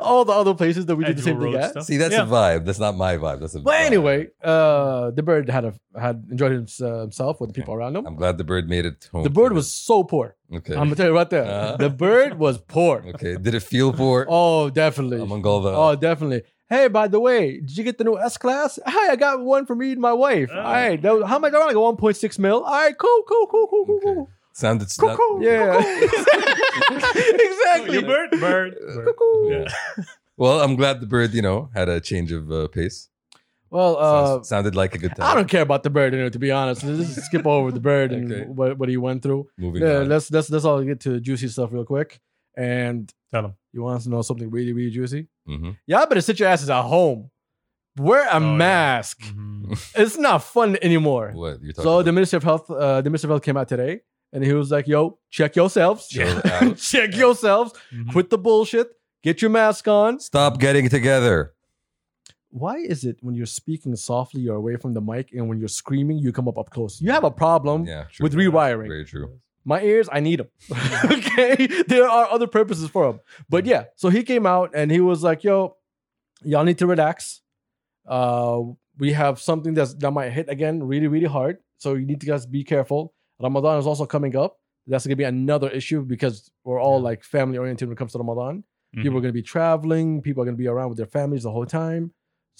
Speaker 1: all the other places that we did the
Speaker 3: Edgewell
Speaker 1: same thing
Speaker 3: Road
Speaker 1: at.
Speaker 3: Mm. stuff.
Speaker 2: See, that's
Speaker 3: Yeah.
Speaker 2: a vibe. That's not my vibe. That's a.
Speaker 1: But
Speaker 2: vibe.
Speaker 1: anyway, uh, the bird had a had enjoyed hims- uh, himself with the people around him.
Speaker 2: I'm glad the bird made it home.
Speaker 1: The bird
Speaker 2: to
Speaker 1: was so poor.
Speaker 2: the- okay.
Speaker 1: I'm gonna tell you right there.
Speaker 3: Uh-huh.
Speaker 2: Uh.
Speaker 1: the bird was poor.
Speaker 2: Okay. Did it feel poor
Speaker 1: Oh, definitely.
Speaker 2: among all the?
Speaker 1: Oh, definitely. Hey, by the way, did you get the new S class? Hey, I got one for me and my wife.
Speaker 3: Oh.
Speaker 1: All right, that was, how much? I want to go 1.6 mil. All right, cool, cool, cool, cool, cool,
Speaker 2: Okay.
Speaker 1: cool.
Speaker 2: Sounded
Speaker 1: Cuckoo.
Speaker 2: snap.
Speaker 1: Yeah,
Speaker 3: Oh,
Speaker 1: exactly.
Speaker 3: your bird, bird, bird.
Speaker 1: Cuckoo.
Speaker 2: Yeah. Well, I'm glad the bird, you know, had a change of uh, pace.
Speaker 1: Well, uh,
Speaker 2: Sounds- sounded like a good time.
Speaker 1: I don't care about the bird, you know, to be honest. Let's just skip over the bird and
Speaker 2: Okay.
Speaker 1: what, what he went through.
Speaker 2: Moving
Speaker 1: Yeah,
Speaker 2: on.
Speaker 1: let's let's let's all get to juicy stuff real quick. And
Speaker 3: Tell him.
Speaker 1: you want us to know something really really juicy?
Speaker 2: Mhm.
Speaker 1: Y'all better sit your asses at home. Wear a
Speaker 3: Oh, yeah.
Speaker 1: mask.
Speaker 3: Mm-hmm.
Speaker 1: It's not fun anymore.
Speaker 2: What you're talking
Speaker 1: So
Speaker 2: about?
Speaker 1: the Ministry of Health, uh, the Minister of Health came out today, and he was like, "Yo, check yourselves.
Speaker 2: Chill out.
Speaker 1: check yourselves.
Speaker 3: Mhm.
Speaker 1: Quit the bullshit. Get your mask on."
Speaker 2: Stop getting together.
Speaker 1: Why is it when you're speaking softly, you're away from the mic, and when you're screaming, you come up up close? You have a problem.
Speaker 2: Yeah, true.
Speaker 1: Um, with rewiring.
Speaker 2: Very true.
Speaker 1: My ears, I need them. okay. There are other purposes for them. But yeah, so he came out and he was like, yo, y'all need to relax. Uh, we have something that's, that might hit again really, really hard. So you need to guys be careful. Ramadan is also coming up. That's going to be another issue because we're all
Speaker 3: Yeah.
Speaker 1: like family oriented when it comes to Ramadan.
Speaker 3: Mhm.
Speaker 1: People are going to be traveling, people are going to be around with their families the whole time.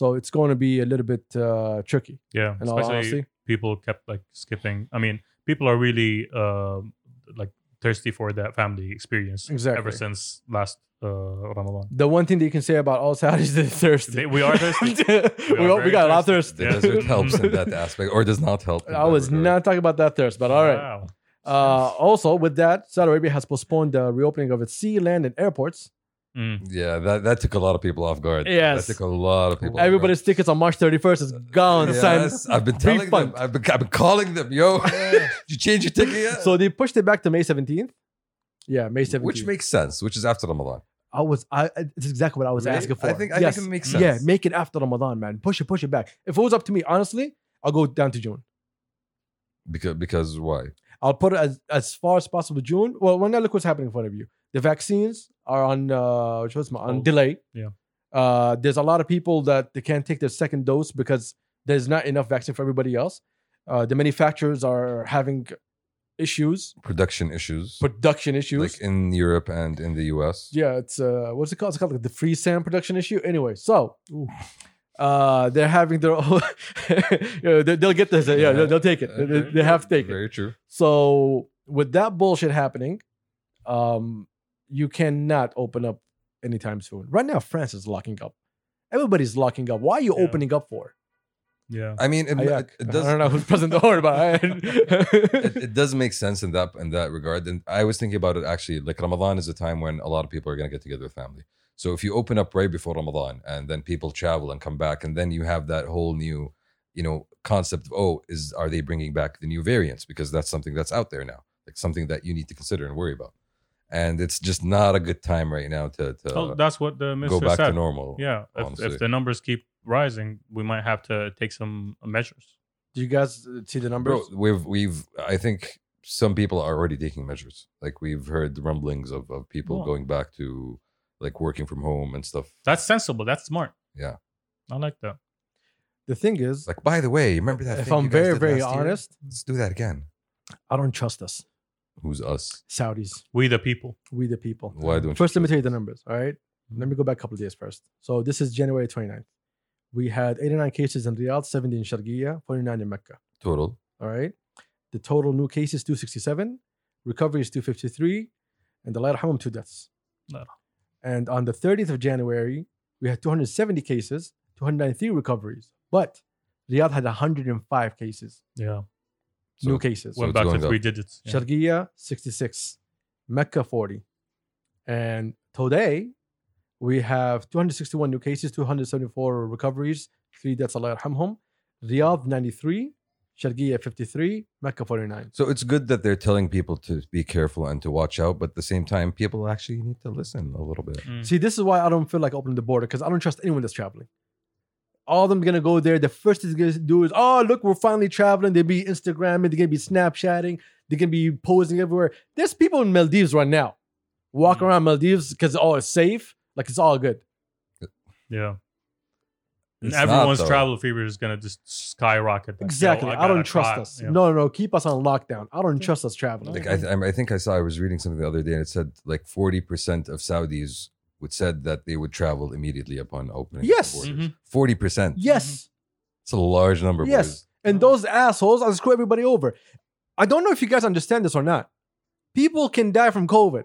Speaker 1: So it's going to be a little bit uh, tricky.
Speaker 3: yeah,
Speaker 1: In all honesty.
Speaker 3: people kept like skipping. I mean, people are really um like thirsty for that family experience ever
Speaker 1: Exactly.
Speaker 3: since last uh, Ramadan.
Speaker 1: The one thing that you can say about all Saudis is they're thirsty.
Speaker 3: They- we are thirsty.
Speaker 1: we,
Speaker 3: are
Speaker 1: all- we
Speaker 3: very
Speaker 1: got a lot of thirst.
Speaker 3: thirsty.
Speaker 2: The
Speaker 3: Yeah.
Speaker 2: desert helps in that aspect, or does not help. in
Speaker 1: I
Speaker 2: that
Speaker 1: was
Speaker 2: regard.
Speaker 1: not talking about that thirst, but all right.
Speaker 3: Wow.
Speaker 1: Uh, also, with that, Saudi Arabia has postponed the reopening of its sea, land, and airports.
Speaker 3: Mm.
Speaker 2: Yeah, that, that took a lot of people off guard.
Speaker 1: Yes.
Speaker 2: that took a lot of people.
Speaker 1: Everybody's tickets on March 31st is gone.
Speaker 2: Off guard.
Speaker 1: son.
Speaker 2: Yes, I've been telling
Speaker 1: Refund.
Speaker 2: them. I've been, I've been calling them. Yo, did you change your ticket yet?
Speaker 1: So they pushed it back to May 17th. Yeah, May 17th.
Speaker 2: which makes sense. Which is after Ramadan.
Speaker 1: I was I it's exactly what I was
Speaker 2: Really?
Speaker 1: asking for.
Speaker 2: I think- I think
Speaker 1: yes.
Speaker 2: it makes
Speaker 1: Yeah,
Speaker 2: sense.
Speaker 1: make it after Ramadan, man. Push it, push it back. If it was up to me, honestly, I'll go down to June.
Speaker 2: Because because why?
Speaker 1: I'll put it as, as far as possible June. Well, when I look what's happening in front of you, the vaccines are on uh, which was my- on
Speaker 3: Hold.
Speaker 1: delay.
Speaker 3: Yeah.
Speaker 1: Uh, there's a lot of people that they can't take their second dose because there's not enough vaccine for everybody else. Uh, the manufacturers are having issues,
Speaker 2: Production issues.
Speaker 1: production issues.
Speaker 2: like in Europe and in the US.
Speaker 1: yeah, it's uh, what's it called? It's called like the free sand production issue. Anyway, so. Uh, they're having their own. you know, they- they'll get this. Yeah, they'll, they'll take it. They- They, they have to take it.
Speaker 2: Uh, Very true.
Speaker 1: So with that bullshit happening, um, you cannot open up anytime soon. Right now, France is locking up. Everybody's locking up. Why are you
Speaker 3: Yeah.
Speaker 1: opening up for?
Speaker 3: Yeah.
Speaker 2: I mean, it, it,
Speaker 1: Ayak.
Speaker 2: it
Speaker 1: I don't
Speaker 2: does
Speaker 1: know who's president of the board, but
Speaker 2: it, it does make sense in that in that regard. And I was thinking about it actually. Like Ramadan is a time when a lot of people are going to get together with family. So if you open up right before Ramadan, and then people travel and come back, and then you have that whole new, you know, concept of oh, is are they bringing back the new variants? Because that's something that's out there now, like something that you need to consider and worry about. And it's just not a good time right now to to
Speaker 3: oh, that's what the
Speaker 2: uh, go
Speaker 3: minister
Speaker 2: back
Speaker 3: said.
Speaker 2: to normal.
Speaker 3: Yeah. If,
Speaker 2: honestly.
Speaker 3: if the numbers keep rising, we might have to take some measures.
Speaker 1: Do you guys uh, see the numbers?
Speaker 2: Bro, we've we've I think some people are already taking measures. Like we've heard rumblings of, of people
Speaker 3: Wow.
Speaker 2: going back to like working from home and stuff.
Speaker 3: That's sensible. That's smart.
Speaker 2: Yeah.
Speaker 3: I like that.
Speaker 1: the thing is,
Speaker 2: Like by the way, remember that?
Speaker 1: if
Speaker 2: thing
Speaker 1: I'm
Speaker 2: you guys
Speaker 1: very,
Speaker 2: did
Speaker 1: very
Speaker 2: last year?
Speaker 1: honest,
Speaker 2: let's do that again.
Speaker 1: I don't trust us,
Speaker 2: Who's us?
Speaker 1: Saudis,
Speaker 3: We the people.
Speaker 1: we the people.
Speaker 2: Why don't Mm-hmm. you
Speaker 1: First, let me
Speaker 2: trust
Speaker 1: tell you the numbers. All right. Let me go back a couple of days first. So this is January 29th. We had 89 cases in Riyadh, 70 in Sharqiya, 49 in Mecca.
Speaker 2: total?
Speaker 1: All right. The total new cases 267, recovery is 253, and the light hamam two deaths.
Speaker 3: Allah.
Speaker 1: And on the 30th of January, we had 270 cases, 293 recoveries, but Riyadh had 105 cases,
Speaker 3: Yeah.
Speaker 2: So
Speaker 1: new cases.
Speaker 2: Well,
Speaker 3: Went
Speaker 2: it's
Speaker 3: back
Speaker 2: going
Speaker 3: to
Speaker 2: up.
Speaker 3: three digits. Yeah.
Speaker 1: Sharqiya 66, Mecca 40. And today we have 261 new cases, 274 recoveries, three deaths, Allah yarhamhum. Riyadh 93, Sharqiya 53, Mecca 49.
Speaker 2: So it's good that they're telling people to be careful and to watch out, but at the same time, people actually need to listen a little bit.
Speaker 3: Mm.
Speaker 1: See, this is why I don't feel like opening the border because I don't trust anyone that's traveling. All of them gonna go there. The first thing they're gonna do is, oh look, we're finally traveling. They'll be Instagramming, they're gonna be Snapchatting, they're gonna be posing everywhere. There's people in Maldives right now, walk
Speaker 3: Mm.
Speaker 1: around Maldives because all is safe, like it's all good.
Speaker 3: Yeah. And
Speaker 2: It's not,
Speaker 3: everyone's
Speaker 2: though.
Speaker 3: travel fever is going to just skyrocket. Like,
Speaker 1: Exactly.
Speaker 3: yo,
Speaker 1: I,
Speaker 3: gotta
Speaker 1: don't trust
Speaker 3: try.
Speaker 1: us.
Speaker 3: Yeah. Hmm.
Speaker 1: No, no, no. Keep us on lockdown. I don't trust us traveling.
Speaker 2: Like I, th- I think I saw I was reading something the other day and it said like forty percent of Saudis would said that they would travel immediately upon opening.
Speaker 1: Yes.
Speaker 3: Mhm.
Speaker 2: forty percent.
Speaker 1: yes,
Speaker 2: It's a large number.
Speaker 1: yes.
Speaker 2: boys.
Speaker 1: And those assholes, I'll screw everybody over. I don't know if you guys understand this or not. People can die from COVID,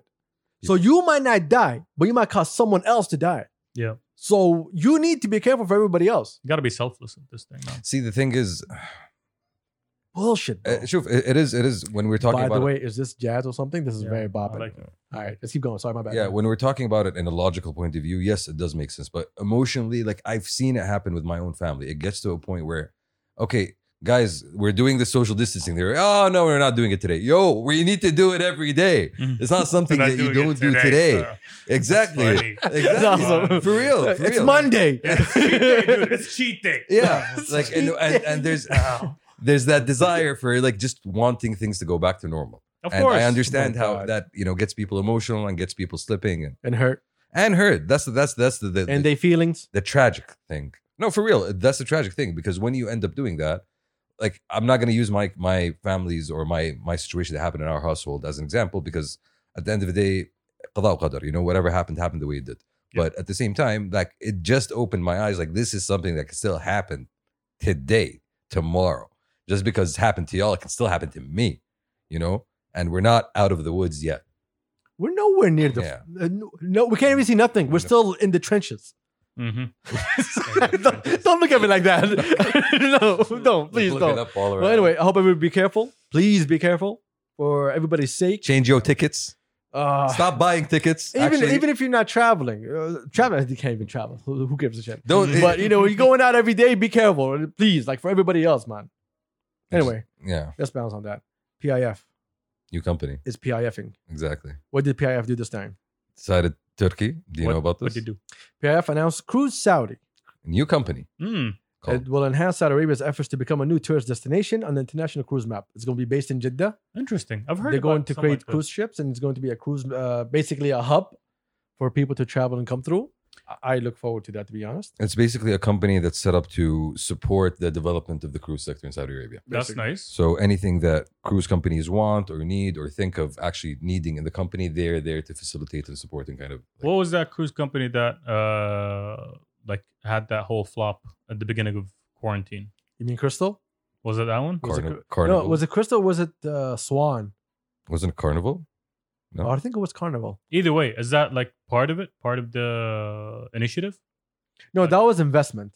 Speaker 1: so you might not die, but you might cause someone else to die.
Speaker 3: Yeah.
Speaker 1: So you need to be careful for everybody else.
Speaker 3: You got to be selfless at this thing. man.
Speaker 2: See, the thing is,
Speaker 1: Bullshit. bro.
Speaker 2: uh, Shuf, it, it is, it is when we're talking
Speaker 1: By
Speaker 2: about
Speaker 1: the way, is this jazz or something? This is
Speaker 3: Yeah,
Speaker 1: very
Speaker 3: I
Speaker 1: bopping.
Speaker 3: like it.
Speaker 1: All right, let's keep going. Sorry, my
Speaker 2: it,
Speaker 1: bad.
Speaker 2: yeah, when we're talking about it in a logical point of view, yes, it does make sense. But emotionally, like I've seen it happen with my own family. It gets to a point where, okay, guys, we're doing the social distancing. They're, oh no, we're not doing it today. Yo, we need to do it every day.
Speaker 3: Mhm.
Speaker 2: It's not something
Speaker 3: We're
Speaker 2: that
Speaker 3: not
Speaker 2: you
Speaker 3: doing
Speaker 2: don't
Speaker 3: it
Speaker 2: do today.
Speaker 3: so funny.
Speaker 2: Exactly. Exactly.
Speaker 1: awesome.
Speaker 2: For real. For
Speaker 1: Uh, it's
Speaker 2: real.
Speaker 1: Monday.
Speaker 3: Yeah, it's cheat day, dude. It's cheat day.
Speaker 2: Yeah. Like and, and, and there's there's that desire for like just wanting things to go back to normal.
Speaker 3: Of
Speaker 2: and
Speaker 3: course.
Speaker 2: I understand
Speaker 1: Oh my
Speaker 2: how
Speaker 1: God.
Speaker 2: that you know gets people emotional and gets people slipping and,
Speaker 1: and hurt
Speaker 2: and hurt. That's the that's that's the the,
Speaker 1: and
Speaker 2: the,
Speaker 1: they feelings.
Speaker 2: the tragic thing. No, for real, that's the tragic thing because when you end up doing that, like I'm not going to use my my family's or my my situation that happened in our household as an example because at the end of the day, qada wa qadar, you know, whatever happened happened the way it did.
Speaker 3: Yeah.
Speaker 2: But at the same time, like it just opened my eyes. Like this is something that can still happen today, tomorrow. Just because it's happened to y'all, it can still happen to me, you know. And we're not out of the woods yet.
Speaker 1: We're nowhere near the.
Speaker 2: Yeah.
Speaker 1: uh, no, we can't even see nothing. We're still in the trenches.
Speaker 3: Mhm.
Speaker 1: don't, don't look at me like that. no, don't. Please
Speaker 2: Look it
Speaker 1: don't.
Speaker 2: up all
Speaker 1: Well,
Speaker 2: around.
Speaker 1: anyway, I hope everybody be careful. Please be careful for everybody's sake.
Speaker 2: change your tickets.
Speaker 1: Uh,
Speaker 2: Stop buying tickets.
Speaker 1: Even
Speaker 2: Actually,
Speaker 1: even if you're not traveling, uh, traveling you can't even travel. Who, who gives a shit?
Speaker 2: don't.
Speaker 1: But you know, you're going out every day. Be careful, please. Like for everybody else, man. Anyway,
Speaker 2: yeah,
Speaker 1: let's bounce on that. PIF
Speaker 2: new company.
Speaker 1: is PIFing.
Speaker 2: Exactly.
Speaker 1: What did PIF do this time?
Speaker 2: Decided Turkey. Do you
Speaker 3: what,
Speaker 2: know about
Speaker 3: What
Speaker 2: this?
Speaker 3: do you do?
Speaker 1: PIF announced Cruise Saudi.
Speaker 2: New company
Speaker 3: Mm.
Speaker 2: called
Speaker 1: It will enhance Saudi Arabia's efforts to become a new tourist destination on the international cruise map. It's going to be based in Jeddah.
Speaker 3: Interesting. I've heard
Speaker 1: They're going
Speaker 3: about
Speaker 1: to
Speaker 3: something
Speaker 1: create
Speaker 3: like this.
Speaker 1: cruise ships, and it's going to be a cruise, uh, basically a hub for people to travel and come through. I- I look forward to that, to be honest.
Speaker 2: It's basically a company that's set up to support the development of the cruise sector in Saudi Arabia.
Speaker 3: That's
Speaker 1: basically.
Speaker 3: nice.
Speaker 2: So anything that cruise companies want or need or think of actually needing in the company, they're there to facilitate and support and kind of. like-
Speaker 3: What was that cruise company that uh like had that whole flop at the beginning of quarantine?
Speaker 1: You mean Crystal?
Speaker 3: Was it that one?
Speaker 1: was it
Speaker 2: Carni-
Speaker 1: cr-
Speaker 2: carnival.
Speaker 1: No, was it Crystal? Or was it uh, Swan?
Speaker 2: Wasn't it Carnival? No.
Speaker 1: Oh, I think it was Carnival.
Speaker 3: Either way, is that like part of it? Part of the initiative?
Speaker 1: No,
Speaker 3: Right.
Speaker 1: that was investment.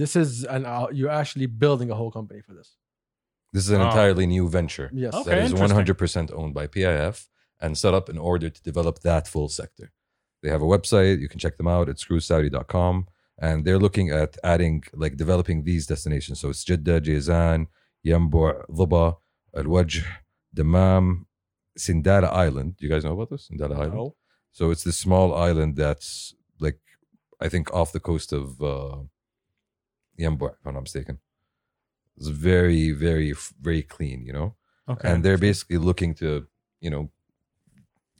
Speaker 1: This is an uh, you're actually building a whole company for this.
Speaker 2: This is an
Speaker 3: Oh.
Speaker 2: entirely new venture
Speaker 1: Yes.
Speaker 3: Okay.
Speaker 2: that is
Speaker 3: interesting.
Speaker 2: 100% owned by PIF and set up in order to develop that full sector. They have a website. You can check them out. It's cruisesaudi.com. And they're looking at adding, like developing these destinations. So it's Jeddah, Jazan, Yanbu, Dhaba, Al Wajh, Damam, Sindara Island. Do you guys know about this? Sindara Island? So it's this small island that's like, I think, off the coast of uh, Yanbu, if I'm not mistaken. It's very, very, very clean, you know?
Speaker 3: Okay.
Speaker 2: and they're basically looking to you know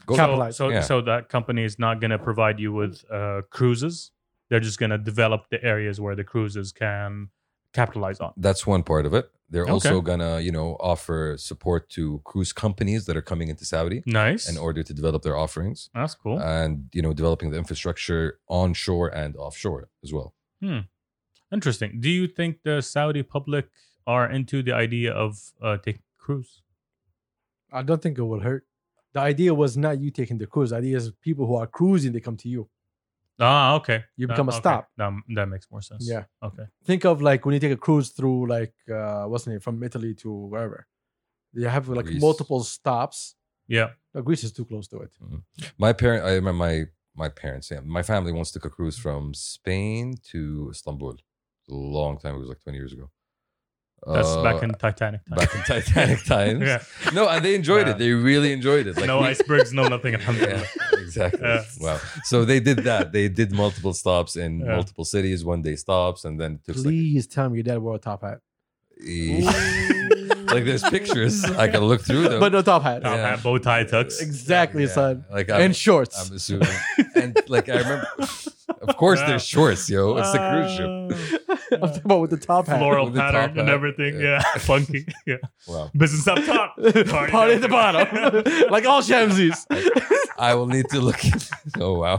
Speaker 2: go
Speaker 1: Capitalize.
Speaker 3: So, so,
Speaker 2: Yeah.
Speaker 3: so that company is not going to provide you with uh, cruises. They're just going to develop the areas where the cruises can capitalize on.
Speaker 2: that's one part of it they're
Speaker 3: Okay.
Speaker 2: also gonna you know offer support to cruise companies that are coming into saudi
Speaker 3: Nice.
Speaker 2: in order to develop their offerings
Speaker 3: That's cool.
Speaker 2: and you know developing the infrastructure onshore and offshore as well
Speaker 3: Interesting. Do you think the Saudi public are into the idea of uh, taking cruise?
Speaker 1: I don't think it will hurt. The idea was not you taking the cruise. The idea is people who are cruising they come to you.
Speaker 3: Ah, okay.
Speaker 1: You
Speaker 3: That-
Speaker 1: become a
Speaker 3: okay.
Speaker 1: stop.
Speaker 3: That, that makes more sense.
Speaker 1: Yeah.
Speaker 3: Okay.
Speaker 1: Think of like when you take a cruise through like uh what's the name from Italy to wherever. They have like
Speaker 2: Greece.
Speaker 1: multiple stops.
Speaker 3: Yeah.
Speaker 1: No, Greece is too close to it.
Speaker 2: my parent i remember my my parents yeah, my family wants to take a cruise from spain to istanbul a long time it was like 20 years ago
Speaker 3: That's
Speaker 2: Uh,
Speaker 3: back in Titanic time.
Speaker 2: back in titanic times
Speaker 3: yeah.
Speaker 2: no and they enjoyed
Speaker 3: Yeah.
Speaker 2: it they really enjoyed it like
Speaker 3: no
Speaker 2: we-
Speaker 3: icebergs, no nothing.
Speaker 2: yeah,
Speaker 3: Alhamdulillah.
Speaker 2: exactly.
Speaker 3: Yeah.
Speaker 2: Wow. So they did that. They did multiple stops in
Speaker 3: Yeah.
Speaker 2: multiple cities, one day stops, and then it took like,
Speaker 1: Please tell me your dad wore a top hat.
Speaker 2: eh, like there's pictures. I can look through them.
Speaker 1: But no top hat.
Speaker 3: Top
Speaker 2: Yeah.
Speaker 3: hat, bow tie, tux.
Speaker 1: Exactly, son.
Speaker 2: Like I'm,
Speaker 1: And shorts.
Speaker 2: I'm assuming. And like I remember, of course,
Speaker 3: Yeah.
Speaker 2: there's shorts, yo. oh, It's a cruise
Speaker 1: Uh,
Speaker 2: ship.
Speaker 1: I'm talking about with the top hat.
Speaker 3: Ah. Floral
Speaker 2: With the top
Speaker 3: pattern and
Speaker 2: hat.
Speaker 3: everything.
Speaker 2: Yeah.
Speaker 3: Yeah. Funky. Yeah.
Speaker 2: Wow.
Speaker 3: Business up top.
Speaker 1: Part at the bottom. like all Shamsies.
Speaker 2: I will need to look. oh wow.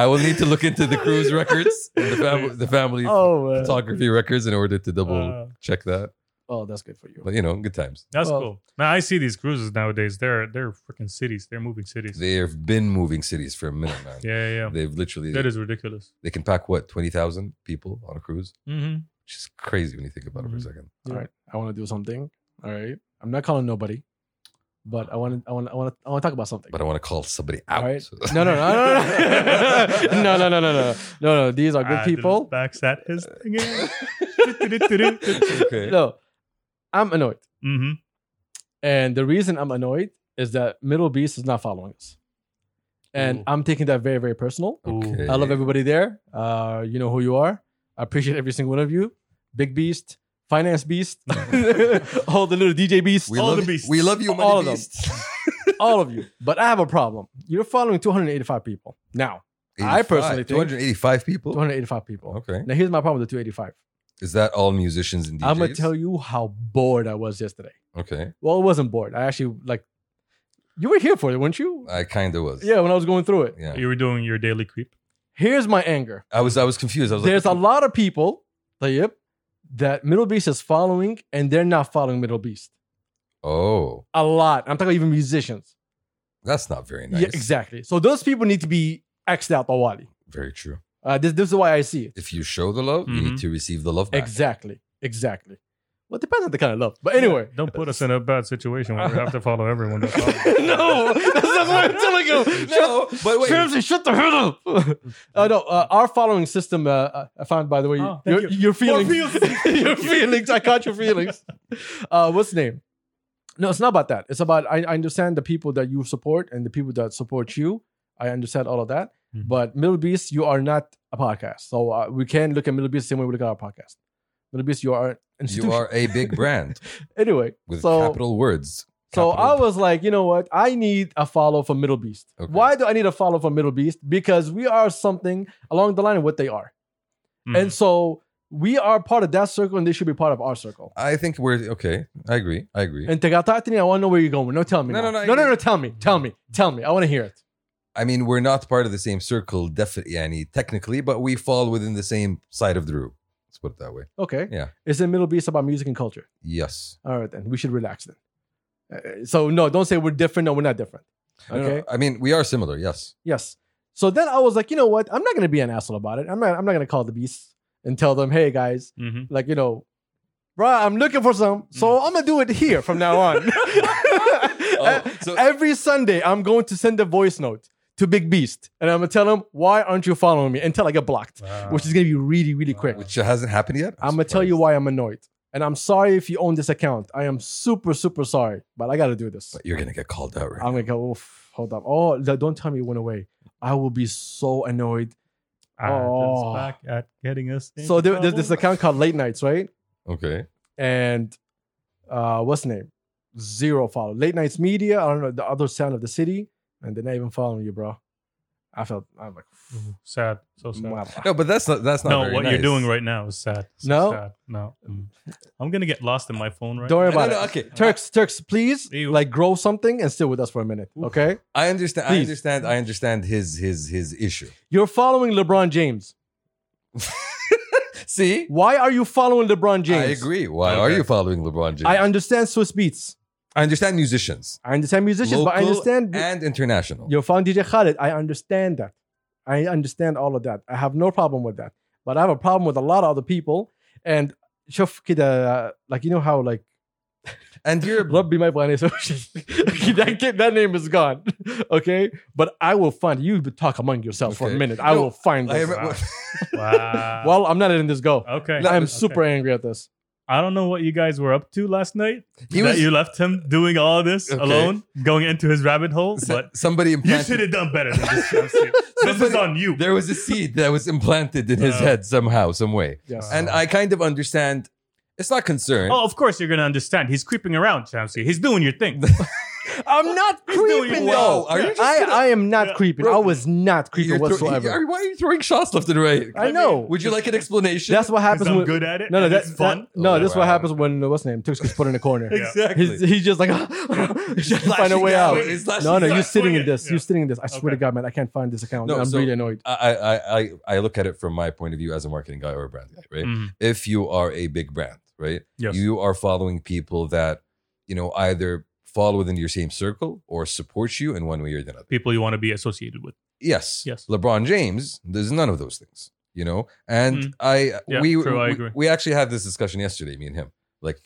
Speaker 2: I will need to look into the cruise records, and the, fam- the family
Speaker 1: Oh, man.
Speaker 2: photography records, in order to double
Speaker 3: Uh.
Speaker 2: check that.
Speaker 1: oh, that's good for you.
Speaker 2: But you know, good times.
Speaker 3: That's
Speaker 1: Well-
Speaker 3: cool. Now I see these cruises nowadays. They're they're freaking cities. They're moving cities.
Speaker 2: They have been moving cities for a minute, man.
Speaker 3: yeah, yeah, yeah.
Speaker 2: They've literally
Speaker 3: That is ridiculous.
Speaker 2: they can pack what twenty thousand people on a cruise,
Speaker 3: Mm-hmm.
Speaker 2: which is crazy when you think about it for a
Speaker 3: Mhm.
Speaker 1: Mm-hmm.
Speaker 2: second.
Speaker 1: All right, I want to do something. All right, I'm not calling nobody, but I want to, I want, I want to, I want to talk about something.
Speaker 2: But I want to call somebody out.
Speaker 1: All right. No, no, no, no, no, no, no, no, no, no, no, no. These are good
Speaker 3: Ah,
Speaker 1: people.
Speaker 3: Backs at his thing.
Speaker 2: okay.
Speaker 1: No, I'm annoyed,
Speaker 3: mm-hmm.
Speaker 1: and the reason I'm annoyed is that Middle Beast is not following us, and
Speaker 3: Ooh.
Speaker 1: I'm taking that very, very personal.
Speaker 2: Okay.
Speaker 1: I love everybody there. Uh, you know who you are. I appreciate every single one of you. Big Beast, Finance Beast, all the little DJ Beast.
Speaker 2: We
Speaker 3: All
Speaker 2: love
Speaker 3: the beasts.
Speaker 2: We love you, money
Speaker 1: All of them.
Speaker 2: beasts.
Speaker 1: all of you. But I have a problem. You're following 285 people now. I personally think-
Speaker 2: two hundred eighty-five people.
Speaker 1: 285 people.
Speaker 2: Okay,
Speaker 1: Now here's my problem with the 285.
Speaker 2: is that all musicians and DJs?
Speaker 1: I'm gonna tell you how bored I was yesterday.
Speaker 2: Okay,
Speaker 1: Well, it wasn't bored. I actually like. You were here for it, weren't you?
Speaker 2: I kind of was.
Speaker 1: yeah, when I was going through it.
Speaker 2: Uh, yeah.
Speaker 3: You were doing your daily creep.
Speaker 1: Here's my anger.
Speaker 2: I was. I was confused. I was
Speaker 1: There's a
Speaker 2: like,
Speaker 1: lot of people, Tayyip, that Middle Beast is following, and they're not following Middle Beast.
Speaker 2: oh,
Speaker 1: A lot. I'm talking even musicians.
Speaker 2: that's not very nice.
Speaker 1: Yeah, exactly. So those people need to be xed out, Awali.
Speaker 2: Very true.
Speaker 1: Uh, this this is why I see it.
Speaker 2: If you show the love, you
Speaker 1: Mm-hmm.
Speaker 2: need
Speaker 3: Mhm.
Speaker 2: to receive the love back.
Speaker 1: Exactly. Exactly. Well, it depends on the kind of love. But anyway.
Speaker 3: Don't put us in a bad situation where we have to follow everyone. That's all.
Speaker 1: no, that's not what I'm telling you.
Speaker 2: No, but wait.
Speaker 1: Shrimps, shut the hell up. uh, no, uh, our following system, uh, uh, I found, by the way,
Speaker 3: Oh,
Speaker 1: your,
Speaker 3: thank
Speaker 1: your feelings.
Speaker 3: feelings.
Speaker 1: your feelings. I caught your feelings. Uh, what's the name? No, it's not about that. It's about, I, I understand the people that you support and the people that support you. I understand all of that.
Speaker 2: Mm-hmm.
Speaker 3: Mhm.
Speaker 1: But Middle Beast, you are not a podcast. So uh, we can look at Middle Beast the same way we look at our podcast. Middle Beast, you are an institution.
Speaker 2: You are a big brand
Speaker 1: anyway,
Speaker 2: with
Speaker 1: so
Speaker 2: capital words.
Speaker 1: so
Speaker 2: Capital
Speaker 1: I was like, you know what? I need a follow for Middle Beast.
Speaker 2: Okay.
Speaker 1: Why do I need a follow for Middle Beast? Because we are something along the line of what they are.
Speaker 3: Mm.
Speaker 1: And so we are part of that circle and they should be part of our circle.
Speaker 2: I think we're okay. I agree. I agree.
Speaker 1: And Tegatatini, I want to know where you're going. No, tell me.
Speaker 2: No,
Speaker 1: now.
Speaker 2: no, no,
Speaker 1: no, no,
Speaker 2: you-
Speaker 1: no, Tell me. Tell me. Tell me. I want to hear it.
Speaker 2: I mean, we're not part of the same circle, definitely, yani, technically, but we fall within the same side of the room. Let's put it that way.
Speaker 1: Okay.
Speaker 2: Yeah.
Speaker 1: Is it Middle Beast about music and culture?
Speaker 2: Yes.
Speaker 1: All right, then. We should relax then. Uh, so, no, don't say we're different. No, we're not different.
Speaker 2: I don't know.
Speaker 1: Okay.
Speaker 2: I mean, we are similar. Yes.
Speaker 1: Yes. So then I was like, you know what? I'm not going to be an asshole about it. I'm not, I'm not going to call the beast. and tell them, hey guys,
Speaker 3: Mhm.
Speaker 1: like you know, bro, I'm looking for some, so I'm gonna do it here from now on.
Speaker 2: Mm. Oh, so
Speaker 1: Every Sunday, I'm going to send a voice note to Big Beast, and I'm gonna tell him why aren't you following me until I get blocked,
Speaker 3: Wow.
Speaker 1: which is gonna be really really quick.
Speaker 2: which hasn't happened yet.
Speaker 1: I'm gonna tell you why I'm annoyed, and I'm sorry if you own this account. I am super super sorry, but I gotta do this.
Speaker 2: But you're gonna get called out, right?
Speaker 1: I'm gonna go. Oof, hold up. Oh, th- don't tell me you went away. I will be so annoyed.
Speaker 3: Ah,
Speaker 1: Oh.
Speaker 3: that's back at getting us. into
Speaker 1: so there, there's this
Speaker 3: trouble.
Speaker 1: account called Late Nights, right?
Speaker 2: okay.
Speaker 1: and uh what's the name zero follow late nights media i don't know the other sound of the city and they're not even following you bro i felt i'm like
Speaker 3: Mhm. Sad. So sad.
Speaker 1: mwah.
Speaker 2: No, but that's not that's not.
Speaker 3: No,
Speaker 2: very
Speaker 3: what
Speaker 2: nice.
Speaker 3: you're doing right now is sad. So
Speaker 1: No?
Speaker 3: sad. no. Mm. I'm gonna get lost in my phone right.
Speaker 1: don't worry
Speaker 2: No,
Speaker 1: about
Speaker 2: no,
Speaker 1: it
Speaker 2: okay.
Speaker 1: turks turks please
Speaker 3: Ew.
Speaker 1: like grow something and stay with us for a minute okay
Speaker 2: I understand. I
Speaker 1: Please.
Speaker 2: understand. I understand his his his issue.
Speaker 1: you're following lebron james
Speaker 2: See,
Speaker 1: why are you following lebron james
Speaker 2: I agree. Why are
Speaker 3: Okay.
Speaker 2: you following LeBron James?
Speaker 1: i understand swiss beats
Speaker 2: I understand musicians,
Speaker 1: i understand musicians but i
Speaker 2: Local
Speaker 1: understand
Speaker 2: and international.
Speaker 1: you're following dj khaled i understand that i understand all of that i have no problem with that but i have a problem with a lot of other people and شوف كده like you know how like
Speaker 2: and you're
Speaker 1: ربي ما يبغاني اسوي شيء. that, kid- that name is gone okay but I will find you would talk among yourself for a
Speaker 2: Okay.
Speaker 1: minute I
Speaker 2: No,
Speaker 1: will find
Speaker 2: I
Speaker 1: this
Speaker 2: remember-
Speaker 3: Wow.
Speaker 1: well I'm not letting this go
Speaker 3: okay.
Speaker 1: I'm
Speaker 3: Okay.
Speaker 1: super angry at this
Speaker 3: I don't know what you guys were up to last night.
Speaker 2: He
Speaker 3: that
Speaker 2: was-
Speaker 3: you left him doing all this
Speaker 2: Okay.
Speaker 3: alone, going into his rabbit hole.
Speaker 2: so-
Speaker 3: But
Speaker 2: somebody
Speaker 3: you
Speaker 2: implanted.
Speaker 3: should have done better. Than this, I'm serious. this is
Speaker 2: Somebody-
Speaker 3: on you.
Speaker 2: there was a seed that was implanted in his
Speaker 3: Uh,
Speaker 2: head somehow, some way,
Speaker 1: yes
Speaker 2: and I kind of understand. It's not concern.
Speaker 3: Oh, of course you're gonna understand. He's creeping around, Shamsi. He's doing your thing.
Speaker 1: I'm not creeping
Speaker 3: doing
Speaker 1: though
Speaker 2: well. Are you just
Speaker 1: I,
Speaker 2: gonna-
Speaker 1: I am not
Speaker 3: Yeah.
Speaker 1: creeping
Speaker 2: Bro,
Speaker 1: I was not creeping
Speaker 2: You're throw-
Speaker 1: whatsoever
Speaker 2: Are- why are you throwing shots left and right?
Speaker 1: I know
Speaker 2: Would you like an explanation?
Speaker 1: that's what
Speaker 3: Because
Speaker 1: happens
Speaker 3: I'm
Speaker 1: when
Speaker 3: good at it.
Speaker 1: no no
Speaker 3: and
Speaker 1: that's
Speaker 3: it's fun.
Speaker 1: no
Speaker 2: Oh,
Speaker 1: that's what
Speaker 2: wow.
Speaker 1: happens when uh, what's his name Tux gets put in a corner
Speaker 3: Yeah.
Speaker 2: exactly.
Speaker 1: He's, he's just like he's trying to find a way out.
Speaker 3: out. He's
Speaker 1: No, no, you're
Speaker 3: He's
Speaker 1: sitting in
Speaker 3: flashing
Speaker 1: this.
Speaker 3: out.
Speaker 1: You're sitting in this. I swear
Speaker 3: Okay.
Speaker 1: to God, man, I can't find this account.
Speaker 2: No,
Speaker 1: I'm
Speaker 2: so-
Speaker 1: really annoyed.
Speaker 2: I, I, I, I look at it from my point of view as a marketing guy or a brand guy, right?
Speaker 3: Mhm.
Speaker 2: If you are a big brand, right?
Speaker 3: Yes.
Speaker 2: You are following people that, you know, either fall within your same circle or support you in one way or the other.
Speaker 3: People you want to be associated with.
Speaker 2: Yes.
Speaker 3: Yes.
Speaker 2: LeBron James, there's none of those things, you know? And
Speaker 3: Mm.
Speaker 2: I,
Speaker 3: Yeah,
Speaker 2: we,
Speaker 3: true, I
Speaker 2: we-
Speaker 3: agree.
Speaker 2: we actually had this discussion yesterday, me and him. Like,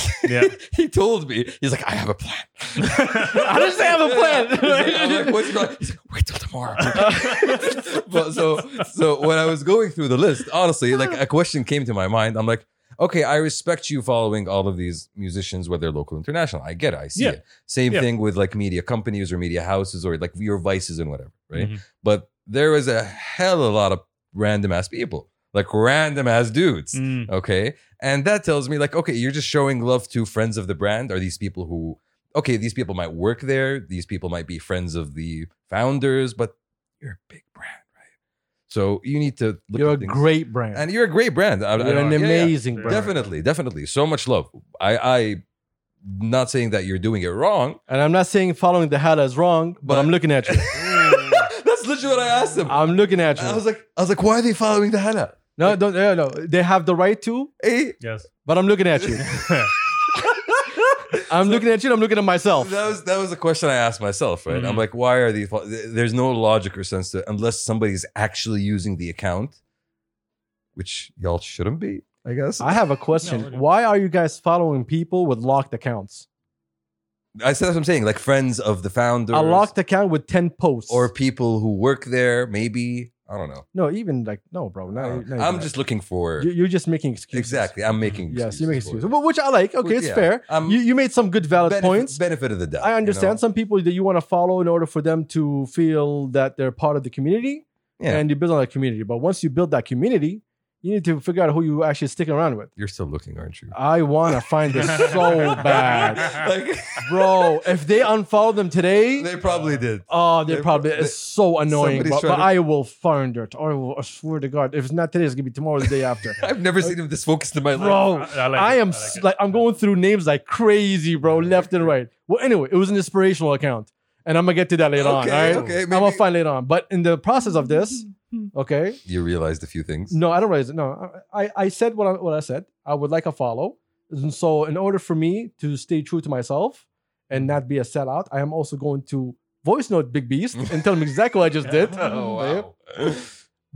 Speaker 3: Yeah.
Speaker 2: he told me, he's like, I have a plan.
Speaker 1: I didn't say I have a plan.
Speaker 2: I'm like, what's your plan? He's like, wait till tomorrow. but so so when I was going through the list, honestly, like a question came to my mind. I'm like, okay, I respect you following all of these musicians, whether local or international. I get it. I see
Speaker 3: Yeah.
Speaker 2: it. Same
Speaker 3: Yeah.
Speaker 2: thing with like media companies or media houses or like your vices and whatever, right?
Speaker 1: Mm-hmm.
Speaker 2: But there is a hell of a lot of random ass people, like random ass dudes.
Speaker 3: Mhm. Mm.
Speaker 2: Okay. And that tells me, like, okay, you're just showing love to friends of the brand. Are these people who, okay, these people might work there. These people might be friends of the founders, but you're a big brand, right? So you need to look
Speaker 1: You're
Speaker 2: at
Speaker 1: a
Speaker 2: things-
Speaker 1: great brand.
Speaker 2: And you're a great brand. I- I
Speaker 1: you're
Speaker 2: don't-
Speaker 1: an
Speaker 2: yeah, yeah.
Speaker 1: amazing
Speaker 3: Yeah.
Speaker 1: brand.
Speaker 2: Definitely, definitely. So much love. I, I, not saying that you're doing it wrong.
Speaker 1: And I'm not saying following the hat is wrong, but,
Speaker 2: But-
Speaker 1: I'm looking at you. Mm.
Speaker 2: That's literally what I asked him.
Speaker 1: I'm looking at
Speaker 2: I
Speaker 1: you.
Speaker 2: was like, I was like, why are they following the Hannah?
Speaker 1: No, don't. No, no. They have the right to,
Speaker 2: Eh?
Speaker 3: Yes.
Speaker 1: but I'm looking at you. I'm looking at you. and I'm looking at myself.
Speaker 2: That was that was the question I asked myself, right? I'm
Speaker 1: Mm-hmm.
Speaker 3: Mhm.
Speaker 2: like, why are these? There's no logic or sense to unless somebody's actually using the account, which y'all shouldn't be, I guess. I,
Speaker 1: I have a question.
Speaker 3: No, okay.
Speaker 1: Why are you guys following people with locked accounts?
Speaker 2: said that's what I'm saying, like friends of the founders,
Speaker 1: A locked account with ten posts,
Speaker 2: or people who work there, maybe. I don't know.
Speaker 1: no, even like no, bro.
Speaker 2: I
Speaker 1: No,
Speaker 2: don't know.
Speaker 1: no,
Speaker 2: Uh, I'm
Speaker 1: no.
Speaker 2: just looking for
Speaker 1: You- You're just making excuses.
Speaker 2: exactly. I'm making
Speaker 1: Yes, you're making
Speaker 2: for
Speaker 1: excuses,
Speaker 2: it.
Speaker 1: Well, which I like. Okay,
Speaker 2: Well,
Speaker 1: it's
Speaker 2: yeah.
Speaker 1: fair.
Speaker 2: Um,
Speaker 1: you you made some good valid
Speaker 2: benefit,
Speaker 1: points.
Speaker 2: Benefit of the doubt.
Speaker 1: I understand
Speaker 2: You
Speaker 1: some people that you want to follow in order for them to feel that they're part of the community
Speaker 2: Yeah.
Speaker 1: and you build on that community. But once you build that community, you need to figure out who you actually sticking around with.
Speaker 2: are still looking, aren't you?
Speaker 1: I want to find this so bad.
Speaker 2: like
Speaker 1: Bro, if they unfollow them today,
Speaker 2: they probably did.
Speaker 1: oh, they're
Speaker 2: they-
Speaker 1: probably,
Speaker 2: they-
Speaker 1: it's so annoying.
Speaker 2: somebody's
Speaker 1: But,
Speaker 2: trying
Speaker 1: but
Speaker 2: to-
Speaker 1: I will find it. I, will, I swear to God, if it's not today, it's going to be tomorrow or the day after.
Speaker 2: I've never seen him this focused in my life.
Speaker 1: Bro,
Speaker 3: I, like
Speaker 1: I
Speaker 3: it.
Speaker 1: am
Speaker 3: like
Speaker 1: s-
Speaker 3: it.
Speaker 1: like I'm going through names like crazy, bro, left and right. Well, anyway, it was an inspirational account, and I'm gonna get to that later on.
Speaker 2: Okay,
Speaker 1: All right,
Speaker 2: okay,
Speaker 1: I'm gonna
Speaker 2: maybe-
Speaker 1: find later on. But in the process of this, okay,
Speaker 2: You realized a few things.
Speaker 1: no, I don't realize it. No, I I- I said what I, what I said. I would like a follow, and so in order for me to stay true to myself and not be a sellout, I am Mm, also going to voice note Big Beast and tell him exactly what I just did.
Speaker 2: Oh wow.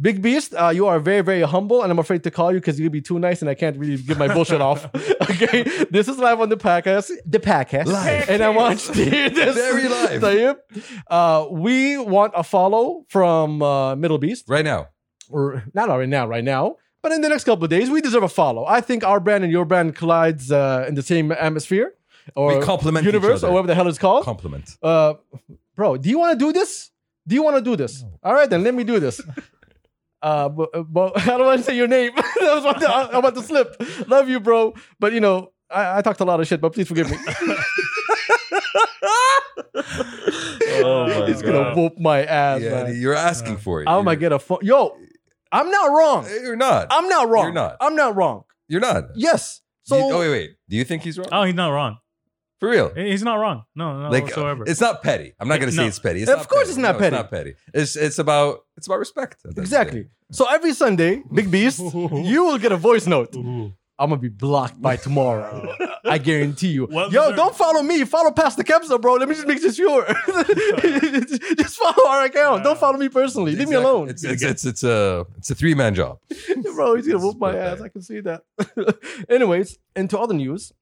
Speaker 1: Big Beast, uh, you are very, very humble, and I'm afraid to call you because you'd be too nice, and I can't really give my bullshit off. Okay, this is live on the podcast, the podcast,
Speaker 2: Live.
Speaker 1: and I want to hear this
Speaker 2: Very live.
Speaker 1: Tayyip. Uh, we want a follow from uh, Middle Beast,
Speaker 2: Right now.
Speaker 1: or not right now, right now, but in the next couple of days, we deserve a follow. I think our brand and your brand collides uh, in the same atmosphere or
Speaker 2: we compliment
Speaker 1: universe
Speaker 2: each
Speaker 1: or
Speaker 2: other.
Speaker 1: whatever the hell it's called.
Speaker 2: compliment.
Speaker 1: Uh, bro, do you want to do this? Do you want to do this? All right, then let me do this. Uh, but, but I don't want to say your name. I was about to, I, am about to slip. Love you, bro. But you know, I, I talked a lot of shit, but please forgive me.
Speaker 3: Oh my
Speaker 1: He's gonna
Speaker 3: God.
Speaker 1: whoop my Oh ass.
Speaker 2: Yeah,
Speaker 1: man.
Speaker 2: you're asking for it.
Speaker 1: I might
Speaker 2: You're- Eh,
Speaker 1: get a phone. Yo, I'm not wrong.
Speaker 2: You're not.
Speaker 1: I'm not wrong.
Speaker 2: You're not.
Speaker 1: I'm not wrong.
Speaker 2: You're not.
Speaker 1: Yes.
Speaker 2: Do
Speaker 1: So
Speaker 2: you- oh wait, wait. Do you think he's wrong?
Speaker 3: Oh, he's not wrong.
Speaker 2: For real?
Speaker 3: He's not wrong. No, no,
Speaker 2: like
Speaker 3: whatsoever.
Speaker 2: it's not petty. I'm not gonna say
Speaker 3: No.
Speaker 2: it's petty. It's
Speaker 1: Of
Speaker 2: not
Speaker 1: course
Speaker 2: petty.
Speaker 1: it's not
Speaker 2: No,
Speaker 1: petty.
Speaker 2: It's not petty. It's it's about it's about respect. at the end of the
Speaker 1: exactly.
Speaker 2: day.
Speaker 1: So every Sunday, Big Beast, you will get a voice note.
Speaker 3: Ooh.
Speaker 1: I'm gonna be blocked by tomorrow.
Speaker 2: Oh.
Speaker 1: I guarantee you.
Speaker 3: Well
Speaker 1: Yo,
Speaker 3: deserved.
Speaker 1: don't follow me. Follow Pastor Kepsa, bro. Let me just make this sure. just follow our account. Don't follow me personally. Leave me
Speaker 2: Exactly.
Speaker 1: alone,
Speaker 2: It's it's, it's it's a it's a three man job.
Speaker 1: bro. He's gonna whoop my
Speaker 2: It's
Speaker 1: ass.
Speaker 2: okay.
Speaker 1: I can see that. Anyways, into other news.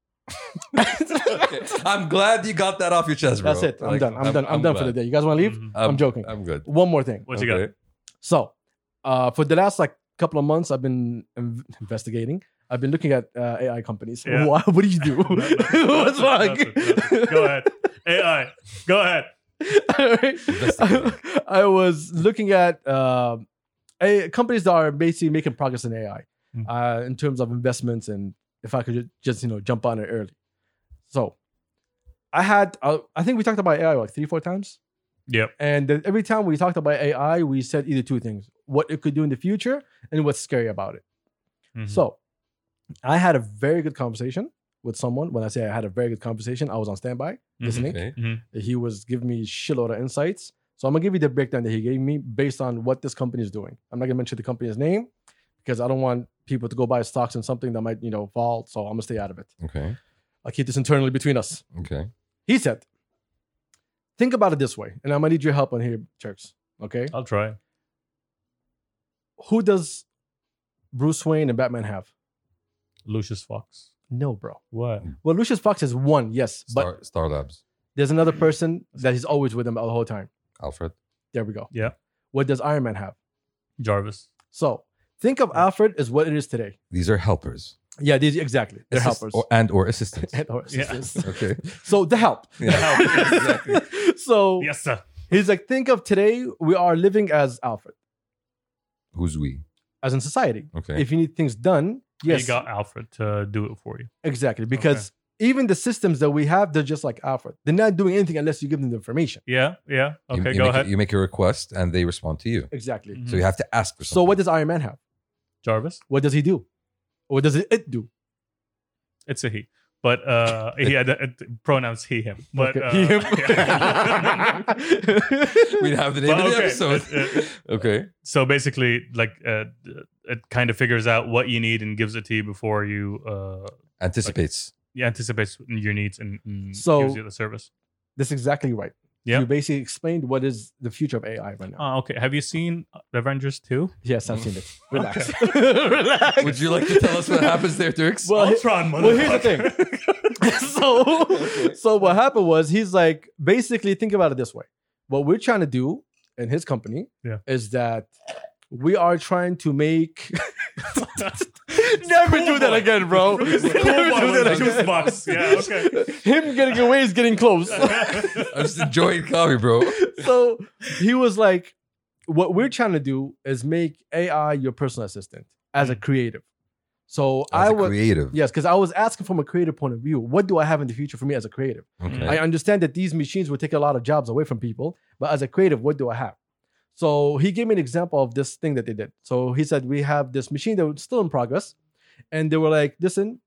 Speaker 2: I'm glad you got that off your chest, bro.
Speaker 1: That's it. I'm
Speaker 2: Like,
Speaker 1: done. I'm, done. I'm, done for the
Speaker 2: glad. Mm-hmm.
Speaker 1: day. You guys want to leave?
Speaker 3: Mhm.
Speaker 1: I'm, joking.
Speaker 2: I'm good.
Speaker 1: One more thing.
Speaker 3: What you got?
Speaker 2: Okay.
Speaker 1: So, uh, for the last like couple of months, I've been in- investigating. I've been looking at uh, AI companies.
Speaker 3: Yeah.
Speaker 1: Why, what do you do?
Speaker 3: No, no,
Speaker 1: What's
Speaker 3: nothing,
Speaker 1: wrong?
Speaker 3: nothing, nothing. Go ahead. AI. Go ahead.
Speaker 1: Alright.
Speaker 2: Investigate.
Speaker 1: I was looking at uh, a, companies that are basically making progress in AI
Speaker 3: Mm.
Speaker 1: uh, in terms of investments, and if I could ju- just you know jump on it early. So, I had uh, I think we talked about AI like three four times,
Speaker 3: Yep.
Speaker 1: and then every time we talked about AI, we said either two things: what it could do in the future, and what's scary about it.
Speaker 3: Mhm.
Speaker 1: So, I had a very good conversation with someone. When I say I had a very good conversation, I was on standby listening
Speaker 2: Okay.
Speaker 1: he was giving me shitload of insights. So I'm gonna give you the breakdown that he gave me based on what this company is doing. I'm not gonna mention the company's name because I don't want people to go buy stocks in something that might, you know, fall. So I'm gonna stay out of it.
Speaker 2: Okay.
Speaker 1: I'll keep this internally between us.
Speaker 2: Okay.
Speaker 1: He said, think about it this way, and I'm gonna need your help on here, Turks. Okay.
Speaker 3: Mm-hmm. I'll try.
Speaker 1: Who does Bruce Wayne and Batman have?
Speaker 3: Lucius Fox.
Speaker 1: No, bro.
Speaker 3: What?
Speaker 1: Well, Lucius Fox is one, yes, but
Speaker 2: Star, Star Labs.
Speaker 1: there's another person that he's always with him the whole time.
Speaker 2: Alfred.
Speaker 1: There we go.
Speaker 3: Yeah.
Speaker 1: What does Iron Man have?
Speaker 3: Jarvis.
Speaker 1: So think of Alfred as what it is today.
Speaker 2: These are helpers.
Speaker 1: Yeah, these exactly. They're
Speaker 2: Assist-
Speaker 1: helpers.
Speaker 2: or, and or assistants.
Speaker 1: And or
Speaker 3: Yeah.
Speaker 1: assistants.
Speaker 2: okay.
Speaker 1: So the help.
Speaker 2: Yeah.
Speaker 3: Help.
Speaker 2: Exactly.
Speaker 1: so
Speaker 3: Yes, sir.
Speaker 1: he's like, think of today we are living as Alfred,
Speaker 2: Who's we?
Speaker 1: as in society.
Speaker 2: Okay.
Speaker 1: If you need things done, yes,
Speaker 3: You got Alfred to do it for you.
Speaker 1: exactly. Because even the systems that we have, they're just like Alfred. They're not doing anything unless you give them the information.
Speaker 3: Yeah. Yeah.
Speaker 2: You-
Speaker 3: Okay.
Speaker 2: you
Speaker 3: go
Speaker 2: make a-
Speaker 3: ahead.
Speaker 2: you make a request and they respond to you.
Speaker 1: Exactly.
Speaker 3: Mhm.
Speaker 2: So you have to ask for
Speaker 1: So
Speaker 2: something.
Speaker 1: what does Iron Man have?
Speaker 3: Jarvis.
Speaker 1: What does he do? What does it do?
Speaker 3: It's a he. But uh, he had uh, pronouns he him. But
Speaker 1: Okay.
Speaker 3: uh,
Speaker 2: We'd have the name
Speaker 3: Well,
Speaker 2: of the
Speaker 3: okay.
Speaker 2: episode. okay.
Speaker 3: so basically, like uh, it kind of figures out what you need and gives it to you before you uh,
Speaker 2: Anticipates.
Speaker 3: you anticipates your needs and, and
Speaker 1: So-
Speaker 3: gives you the service.
Speaker 1: That's exactly right.
Speaker 3: Yeah.
Speaker 1: You basically explained what is the future of AI right now.
Speaker 3: Oh, okay. Have you seen Avengers two?
Speaker 1: Yes, I've seen it. Relax.
Speaker 3: Relax.
Speaker 2: Would you like to tell us what happens there, Turks?
Speaker 1: Well, he-
Speaker 3: Ultron.
Speaker 1: well, here's the
Speaker 3: motherfucker.
Speaker 1: so, so what happened was he's like, basically, think about it this way: what we're trying to do in his company
Speaker 3: Yeah.
Speaker 1: is that we are trying to make. Never do that
Speaker 3: Schoolboy.
Speaker 1: again, bro. Never do
Speaker 3: Schoolboy with
Speaker 1: that
Speaker 3: a juice
Speaker 1: again.
Speaker 3: box. Yeah. Okay.
Speaker 1: Him getting away is getting close.
Speaker 2: I'm just enjoying coffee, bro.
Speaker 1: so he was like, "What we're trying to do is make AI your personal assistant as
Speaker 3: Mm.
Speaker 1: a creative." So
Speaker 2: As
Speaker 1: I
Speaker 2: a
Speaker 1: would.
Speaker 2: creative.
Speaker 1: Yes, because I was asking from a creative point of view, what do I have in the future for me as a creative?
Speaker 2: Okay.
Speaker 1: Hmm. I understand that these machines will take a lot of jobs away from people, but as a creative, what do I have? So he gave me an example of this thing that they did. So he said, We have this machine that was still in progress. And they were like, Listen,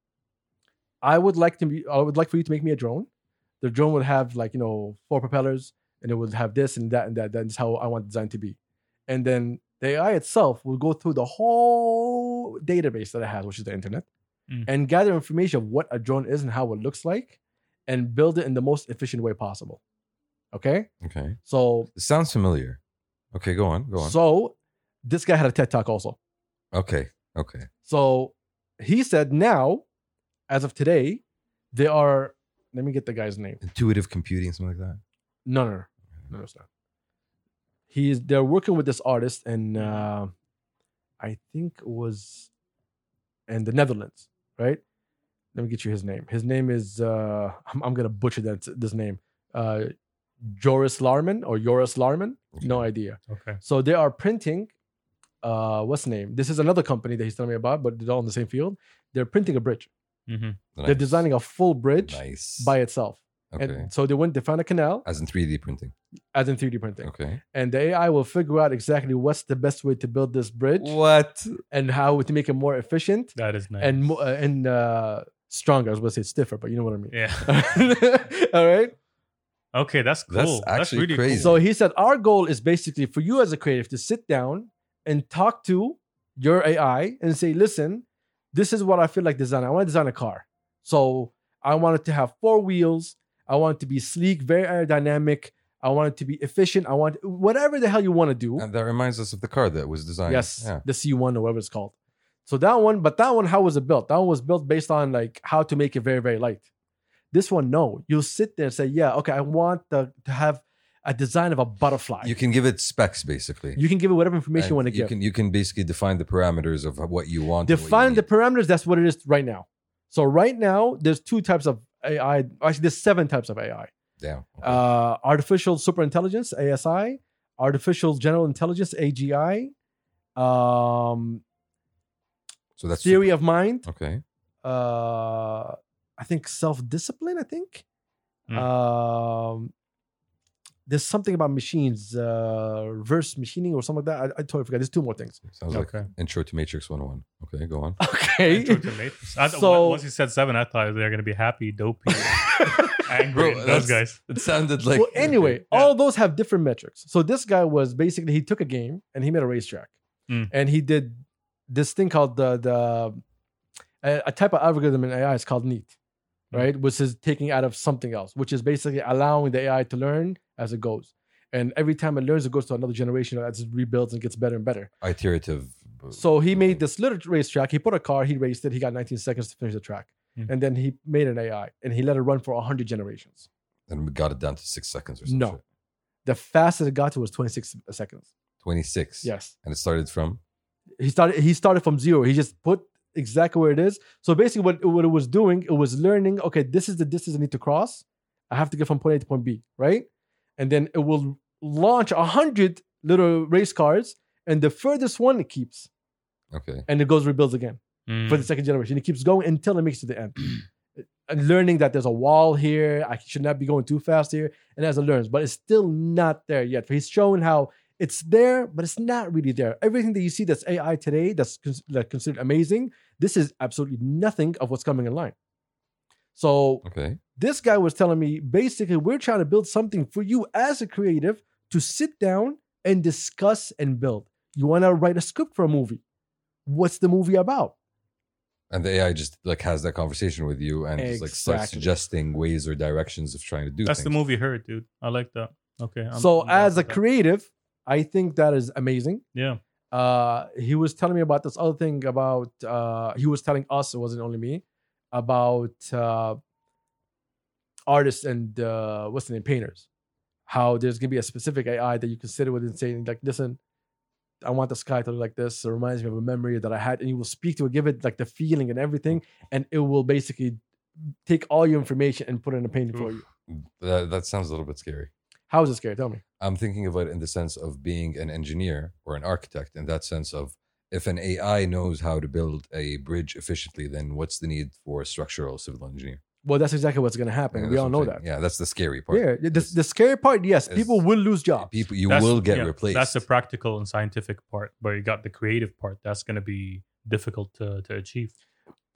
Speaker 1: I would like to be, I would like for you to make me a drone. The drone would have like, you know, four propellers and it would have this and that and that. That's how I want design to be. And then the AI itself will go through the whole database that it has, which is the internet,
Speaker 3: Mm.
Speaker 1: and gather information of what a drone is and how it looks like and build it in the most efficient way possible. Okay?
Speaker 2: okay.
Speaker 1: So
Speaker 2: Sounds familiar. Okay, go on. Go on.
Speaker 1: so This guy had a TED talk also.
Speaker 2: Okay. Okay.
Speaker 1: So he said now, as of today, there are. Let me get the guy's name.
Speaker 2: Intuitive computing, something like that.
Speaker 1: No, no, no, no, it's not. He is. They're working with this artist, and uh, I think it was in the Netherlands, right? Let me get you his name. His name is. Uh, I'm, I'm gonna butcher that this name. Uh, Joris Larman or Joris Larman? No idea.
Speaker 3: Okay.
Speaker 1: So they are printing, uh, what's the name? This is another company that he's telling me about, but they're all in the same field. They're printing a bridge.
Speaker 3: Mm-hmm.
Speaker 1: They're designing a full bridge
Speaker 2: Nice.
Speaker 1: by itself.
Speaker 2: okay.
Speaker 1: And so they went, they found a canal
Speaker 2: As in 3D printing.
Speaker 1: as in 3D printing.
Speaker 2: Okay.
Speaker 1: And the AI will figure out exactly what's the best way to build this bridge
Speaker 2: What?
Speaker 1: and how to make it more efficient
Speaker 3: That is nice.
Speaker 1: and mo- uh, and uh, stronger. I was going to say stiffer, but you know what I mean.
Speaker 3: yeah.
Speaker 1: all right.
Speaker 3: okay, that's cool.
Speaker 2: That's
Speaker 3: That's,
Speaker 2: actually
Speaker 3: really
Speaker 2: crazy.
Speaker 1: So he said, our goal is basically for you as a creative to sit down and talk to your AI and say, listen, this is what I feel like designing. I want to design a car. So I want it to have four wheels. I want it to be sleek, very aerodynamic. I want it to be efficient. I want whatever the hell you want to do.
Speaker 2: And Uh, that reminds us of the car that was designed.
Speaker 1: Yes,
Speaker 2: Yeah.
Speaker 1: the C1 or whatever it's called. So that one, but that one, how was it built? That one was built based on like how to make it very, very light. This one, no. You'll sit there and say, yeah, okay, I want the, to have a design of a butterfly.
Speaker 2: You can give it specs basically.
Speaker 1: You can give it whatever information you
Speaker 2: And
Speaker 1: want to give.
Speaker 2: Can, you can basically define the parameters of what you want. and what you
Speaker 1: Define the
Speaker 2: need.
Speaker 1: parameters. That's what it is right now. So right now, there's two types of AI. Actually, there's seven types of AI.
Speaker 2: Damn. Okay.
Speaker 1: Uh, artificial superintelligence (ASI), artificial general intelligence (AGI), um,
Speaker 2: so that's
Speaker 1: theory
Speaker 2: super-
Speaker 1: of mind.
Speaker 2: Okay.
Speaker 1: Uh, I think self-discipline. I think.
Speaker 3: Mm.
Speaker 1: Um, there's something about machines, uh, reverse machining or something like that. I, I totally forgot. There's two more things.
Speaker 2: Sounds like
Speaker 3: Okay.
Speaker 2: intro to Matrix 101. Okay, go on.
Speaker 1: Okay.
Speaker 3: Intro to Matrix. I th-
Speaker 1: So-
Speaker 3: once you said seven, I thought they were gonna be happy, dopey, angry.
Speaker 2: Bro,
Speaker 3: those
Speaker 2: that's-
Speaker 3: guys.
Speaker 2: It sounded like
Speaker 1: well, anyway,
Speaker 3: yeah.
Speaker 1: all those have different metrics. So this guy was basically he took a game and he made a racetrack,
Speaker 3: Mm.
Speaker 1: and he did this thing called the the a, a type of algorithm in AI is called NEAT,
Speaker 3: Mm.
Speaker 1: right? Which is taking out of something else, which is basically allowing the AI to learn as it goes. And every time it learns, it goes to another generation as it rebuilds and gets better and better.
Speaker 2: iterative.
Speaker 1: So he made this little racetrack. He put a car, he raced it, he got 19 seconds to finish the track.
Speaker 3: Mm.
Speaker 1: And then he made an AI and he let it run for 100 generations.
Speaker 2: and we got it down to six seconds or something.
Speaker 1: No. The fastest it got to was 26 seconds.
Speaker 2: 26.
Speaker 1: Yes.
Speaker 2: And it started from
Speaker 1: He started he started from zero. He just put exactly where it is. So basically what, what it was doing, it was learning, okay, this is the distance I need to cross. I have to get from point A to point B, right? And then it will launch a hundred little race cars, and the furthest one it keeps.
Speaker 2: okay.
Speaker 1: And it goes rebuilds again
Speaker 3: Mm.
Speaker 1: for the second generation. It keeps going until it makes it to the end. and learning that there's a wall here, I should not be going too fast here, and as it learns, but it's still not there yet. He's showing how it's there, but it's not really there. Everything that you see that's AI today, that's cons- like considered amazing, this is absolutely nothing of what's coming in line. So
Speaker 2: Okay.
Speaker 1: this guy was telling me basically we're trying to build something for you as a creative to sit down and discuss and build. You want to write a script for a movie. What's the movie about?
Speaker 2: And the AI just like has that conversation with you and just like starts
Speaker 1: Exactly.
Speaker 2: suggesting ways or directions of trying to do
Speaker 3: That's the
Speaker 2: things.
Speaker 3: movie Hurt, dude. I like that. Okay.
Speaker 2: Um,
Speaker 3: I'm-
Speaker 1: so
Speaker 3: I'm down
Speaker 1: as
Speaker 3: for
Speaker 1: a
Speaker 3: that.
Speaker 1: creative, I think that is amazing.
Speaker 3: yeah.
Speaker 1: Uh, he was telling me about this other thing about uh, he was telling us it wasn't only me about uh, artists and uh, what's the name painters. How there's gonna be a specific AI that you can sit with and say like, listen, I want the sky to look like this. It reminds me of a memory that I had, and you will speak to it, give it like the feeling and everything, and it will basically take all your information and put it in a painting for
Speaker 3: Oof.
Speaker 1: you.
Speaker 2: That, that sounds a little bit scary.
Speaker 1: How is it scary? Tell me.
Speaker 2: I'm thinking of it in the sense of being an engineer or an architect, in that sense of if an AI knows how to build a bridge efficiently, then what's the need for a structural civil engineer?
Speaker 1: Well, that's exactly what's gonna happen.
Speaker 2: Yeah,
Speaker 1: we
Speaker 2: that's
Speaker 1: all
Speaker 2: what
Speaker 1: know
Speaker 2: I'm
Speaker 1: that.
Speaker 2: saying. Yeah, that's the scary part.
Speaker 1: Yeah, the,
Speaker 2: It's-
Speaker 1: the scary part, yes,
Speaker 2: is-
Speaker 1: people will lose jobs.
Speaker 2: People, you
Speaker 3: That's-
Speaker 2: will get
Speaker 3: yeah,
Speaker 2: replaced.
Speaker 3: That's the practical and scientific part, but you got the creative part. That's gonna be difficult to, to achieve.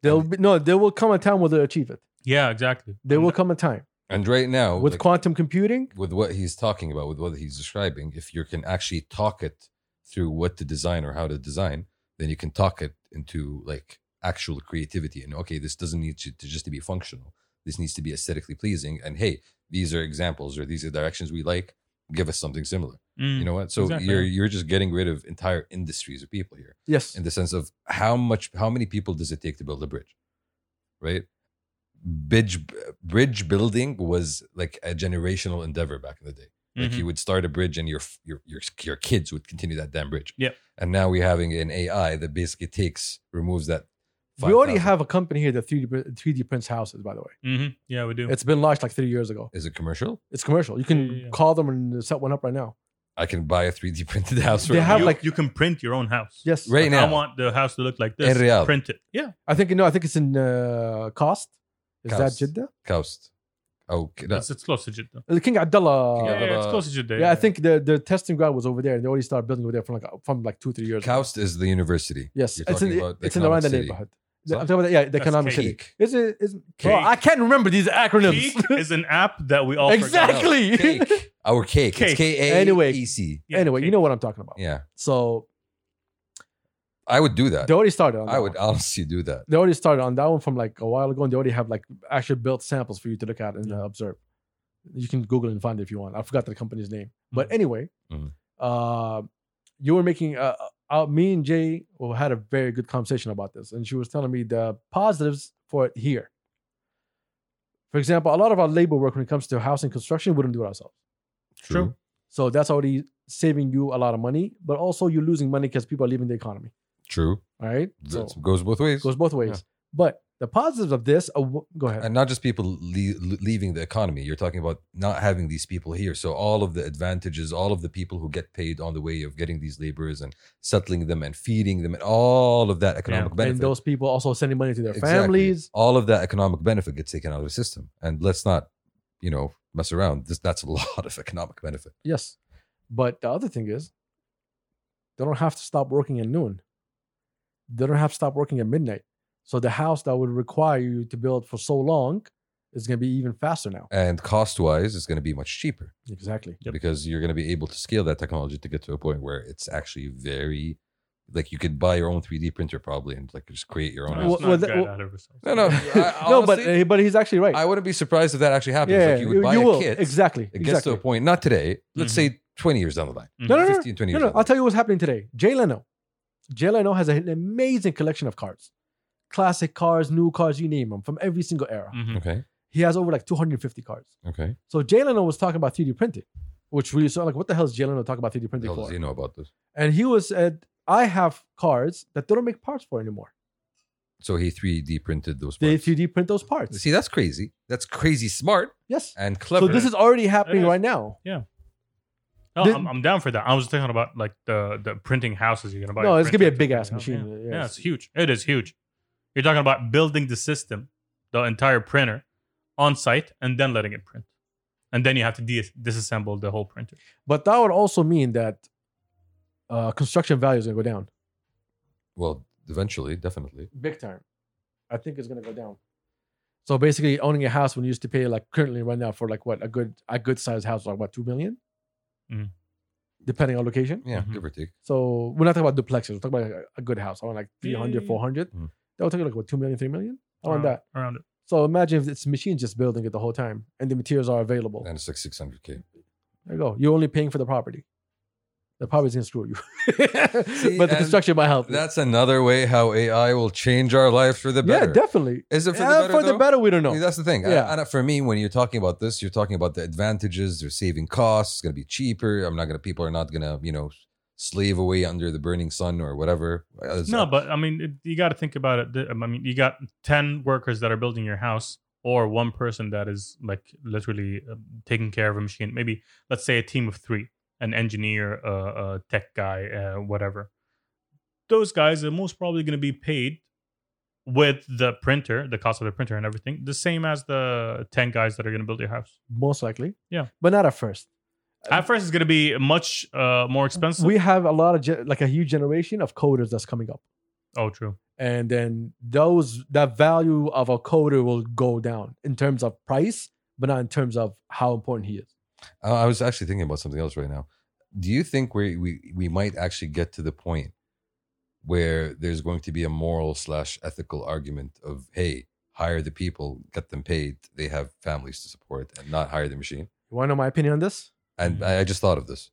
Speaker 1: There'll be, no, there will come a time where they'll achieve it.
Speaker 3: Yeah, exactly.
Speaker 1: There
Speaker 3: And
Speaker 1: will come a time
Speaker 2: and right now,
Speaker 1: with
Speaker 2: oh, like,
Speaker 1: quantum computing.
Speaker 2: with what he's talking about, with what he's describing, if you can actually talk it through what to design or how to design, then you can talk it into like actual creativity. And okay, this doesn't need to, to just to be functional. This needs to be aesthetically pleasing. And hey, these are examples or these are directions we like. give us something similar.
Speaker 3: Mm.
Speaker 2: You know what? So
Speaker 3: Exactly.
Speaker 2: you're you're just getting rid of entire industries of people here
Speaker 1: Yes.
Speaker 2: in the sense of how much how many people does it take to build a bridge right bridge bridge building was like a generational endeavor back in the day like
Speaker 3: Mhm.
Speaker 2: you would start a bridge and your your your, your kids would continue that damn bridge
Speaker 3: Yep.
Speaker 2: and now we're having an ai that basically takes removes that
Speaker 1: We already
Speaker 2: 5,000.
Speaker 1: have a company here that 3D, pr- 3D prints houses, by the way.
Speaker 3: Mhm. Yeah, we do.
Speaker 1: It's been launched like three years ago.
Speaker 2: is it commercial
Speaker 1: It's commercial. You can
Speaker 3: Yeah, yeah, yeah.
Speaker 1: call them and set one up right now.
Speaker 2: i can buy a 3d printed house for
Speaker 1: They have,
Speaker 3: you,
Speaker 1: like-
Speaker 3: you can print your own house.
Speaker 1: Yes.
Speaker 2: right
Speaker 3: Like,
Speaker 2: now
Speaker 3: I want the house to look like this.
Speaker 2: In Riyadh.
Speaker 3: Print it. Yeah.
Speaker 1: I think, no, I think it's in uh, Cost. Is
Speaker 2: Cost.
Speaker 1: that Jeddah?
Speaker 2: cost okay Oh, no.
Speaker 3: It's, it's close to Jeddah.
Speaker 1: The King Abdullah.
Speaker 2: King
Speaker 3: yeah,
Speaker 1: Uh, Yeah,
Speaker 3: yeah, it's
Speaker 2: uh,
Speaker 3: close to Jeddah.
Speaker 1: I think their, their testing ground was over there and they already started building over there from like, from like two, three years ago.
Speaker 2: Coast is the university.
Speaker 1: Yes,
Speaker 2: You're
Speaker 1: it's
Speaker 2: talking
Speaker 1: in,
Speaker 2: about the
Speaker 1: it's in around the
Speaker 2: economic city.
Speaker 1: neighborhood.
Speaker 2: It's
Speaker 1: I'm
Speaker 2: not-
Speaker 1: talking about, yeah, the
Speaker 3: That's
Speaker 1: economic
Speaker 3: Keek.
Speaker 1: city. Is it? Is,
Speaker 2: Keek.
Speaker 1: Bro, I can't remember these acronyms.
Speaker 3: Peak is an app that we all
Speaker 1: Exact-
Speaker 3: forgot.
Speaker 1: Exactly.
Speaker 2: No, cake. Our cake.
Speaker 3: Cake.
Speaker 2: It's K A
Speaker 1: Anyway.
Speaker 2: E C.
Speaker 3: Yeah,
Speaker 1: anyway,
Speaker 3: okay.
Speaker 1: you know what I'm talking about.
Speaker 2: Yeah,
Speaker 1: So
Speaker 2: I would do that.
Speaker 1: they already started. On that
Speaker 2: I would
Speaker 1: one.
Speaker 2: honestly do that.
Speaker 1: They already started on that one from like a while ago, and they already have like actually built samples for you to look at and uh, observe. You can Google and find it if you want. I forgot the company's name, but
Speaker 3: Mhm.
Speaker 1: anyway,
Speaker 2: Mhm.
Speaker 1: uh, you were making. Uh, uh, me and Jay well, had a very good conversation about this, and she was telling me the positives for it here. For example, a lot of our labor work when it comes to housing construction, we don't do it ourselves.
Speaker 3: True.
Speaker 1: So that's already saving you a lot of money, but also you're losing money because people are leaving the economy.
Speaker 2: True.
Speaker 1: All right. So
Speaker 2: That goes both ways.
Speaker 1: it goes both ways.
Speaker 2: Yeah.
Speaker 1: But the positives of this, are, wh- go ahead.
Speaker 2: and not just people le- le- leaving the economy. You're talking about not having these people here. So all of the advantages, all of the people who get paid on the way of getting these laborers and settling them and feeding them, and all of that economic benefit.
Speaker 1: And those people also sending money to their
Speaker 2: Exactly.
Speaker 1: families.
Speaker 2: All of that economic benefit gets taken out of the system. And let's not, you know, mess around. This, that's a lot of economic benefit.
Speaker 1: Yes. But the other thing is, they don't have to stop working at noon. They don't have to stop working at midnight. So the house that would require you to build for so long is going to be even faster now.
Speaker 2: And cost wise, it's going to be much cheaper.
Speaker 1: Exactly.
Speaker 3: Yep.
Speaker 2: because you're going to be able to scale that technology to get to a point where it's actually very like you could buy your own 3D printer probably and like just create your own.
Speaker 1: Well,
Speaker 2: app.
Speaker 3: No,
Speaker 1: well,
Speaker 3: it's
Speaker 1: that-
Speaker 3: not good
Speaker 1: well-
Speaker 3: out of ourselves.
Speaker 2: No, no, I,
Speaker 1: no, but
Speaker 2: honestly,
Speaker 1: eh, but he's actually right.
Speaker 2: I wouldn't be surprised if that actually happens.
Speaker 1: yeah,
Speaker 2: like you would buy a
Speaker 1: will
Speaker 2: kit.
Speaker 1: exactly.
Speaker 2: It gets
Speaker 1: exactly.
Speaker 2: to a point, not today. Let's
Speaker 3: Mhm.
Speaker 2: say 20 years down the line,
Speaker 3: Mhm.
Speaker 1: No, no, no,
Speaker 2: 15, 20
Speaker 1: No,
Speaker 2: years.
Speaker 1: no,
Speaker 2: down the
Speaker 1: I'll tell you what's happening today. Jay Leno. Jay Leno has an amazing collection of cars. Classic cars, new cars, you name them, from every single era.
Speaker 3: Mhm.
Speaker 2: line. Okay,
Speaker 1: He has over like 250 cars.
Speaker 2: okay.
Speaker 1: So Jay Leno was talking about 3D printing, which really so like, what the hell is Jay Leno talking about 3D
Speaker 2: What the
Speaker 1: printing
Speaker 2: hell
Speaker 1: for?
Speaker 2: does he know about this?
Speaker 1: And he was said, I have cars that they don't make parts for anymore.
Speaker 2: So he 3D printed those
Speaker 1: They
Speaker 2: parts.
Speaker 1: 3D print those parts.
Speaker 2: See, that's crazy. That's crazy smart
Speaker 1: Yes.
Speaker 2: and
Speaker 1: So
Speaker 2: clever.
Speaker 1: this is already happening
Speaker 3: is.
Speaker 1: right now.
Speaker 3: No,
Speaker 1: Did-
Speaker 3: I'm, I'm down for that. I was thinking about like the the printing houses you're gonna buy.
Speaker 1: No,
Speaker 3: a
Speaker 1: it's gonna be a
Speaker 3: printer.
Speaker 1: big ass
Speaker 3: Yeah,
Speaker 1: machine.
Speaker 3: Yeah.
Speaker 1: Yeah,
Speaker 3: Yeah,
Speaker 1: it's-
Speaker 3: it's huge. It is huge. You're talking about building the system, the entire printer, on site, and then letting it print, and then you have to dis- disassemble the whole printer.
Speaker 1: But that would also mean that uh, construction value is going to go down.
Speaker 2: well, eventually, definitely.
Speaker 1: big time. I think it's gonna go down. So basically, owning a house when you used to pay like currently right now for like what a good a good sized house like what two million,
Speaker 2: Mm.
Speaker 3: Mhm.
Speaker 1: depending on location.
Speaker 2: Yeah,
Speaker 3: Mhm.
Speaker 2: give or take.
Speaker 1: So we're not talking about duplexes. We're talking about a, a good house. I want like 300,
Speaker 3: Yeah.
Speaker 1: 400.
Speaker 2: Mhm.
Speaker 1: That would take like what two million, three million. I want
Speaker 3: around,
Speaker 1: that.
Speaker 3: around it.
Speaker 1: So imagine if it's machines just building it the whole time and the materials are available.
Speaker 2: And it's like 600k.
Speaker 1: There you go. You're only paying for the property. The property's gonna screw you, but the
Speaker 2: and
Speaker 1: construction might help. you.
Speaker 2: That's another way how AI will change our lives for the
Speaker 1: yeah,
Speaker 2: better.
Speaker 1: definitely.
Speaker 2: Is it for
Speaker 1: Uh,
Speaker 2: the better?
Speaker 1: for the
Speaker 2: though?
Speaker 1: better, we don't know.
Speaker 2: I mean, that's the thing.
Speaker 1: Yeah.
Speaker 2: Yeah. And for me, when you're talking about this, you're talking about the advantages. They're saving costs. It's going to be cheaper. I'm not going to. People are not going to, you know, slave away under the burning sun or whatever. As-
Speaker 3: No, but I mean, it, you got to think about it. The- I mean, you got 10 workers that are building your house, or one person that is like literally uh, taking care of a machine. Maybe, let's say, a team of three an engineer, a, a tech guy, uh, whatever. Those guys are most probably going to be paid with the printer, the cost of the printer and everything, the same as the 10 guys that are going to build your house.
Speaker 1: Most likely.
Speaker 3: Yeah.
Speaker 1: but not at first.
Speaker 3: At first, it's going to be much uh, more expensive.
Speaker 1: we have a lot of ge- like a huge generation of coders that's coming up
Speaker 3: oh, true.
Speaker 1: and then those that value of a coder will go down in terms of price but not in terms of how important he is
Speaker 2: I I was actually thinking about something else right now. Do you think we we we might actually get to the point where there's going to be a moral slash ethical argument of hey, hire the people, get them paid, they have families to support, and not hire the machine?
Speaker 1: you want to know my opinion on this
Speaker 2: And I I just thought of this.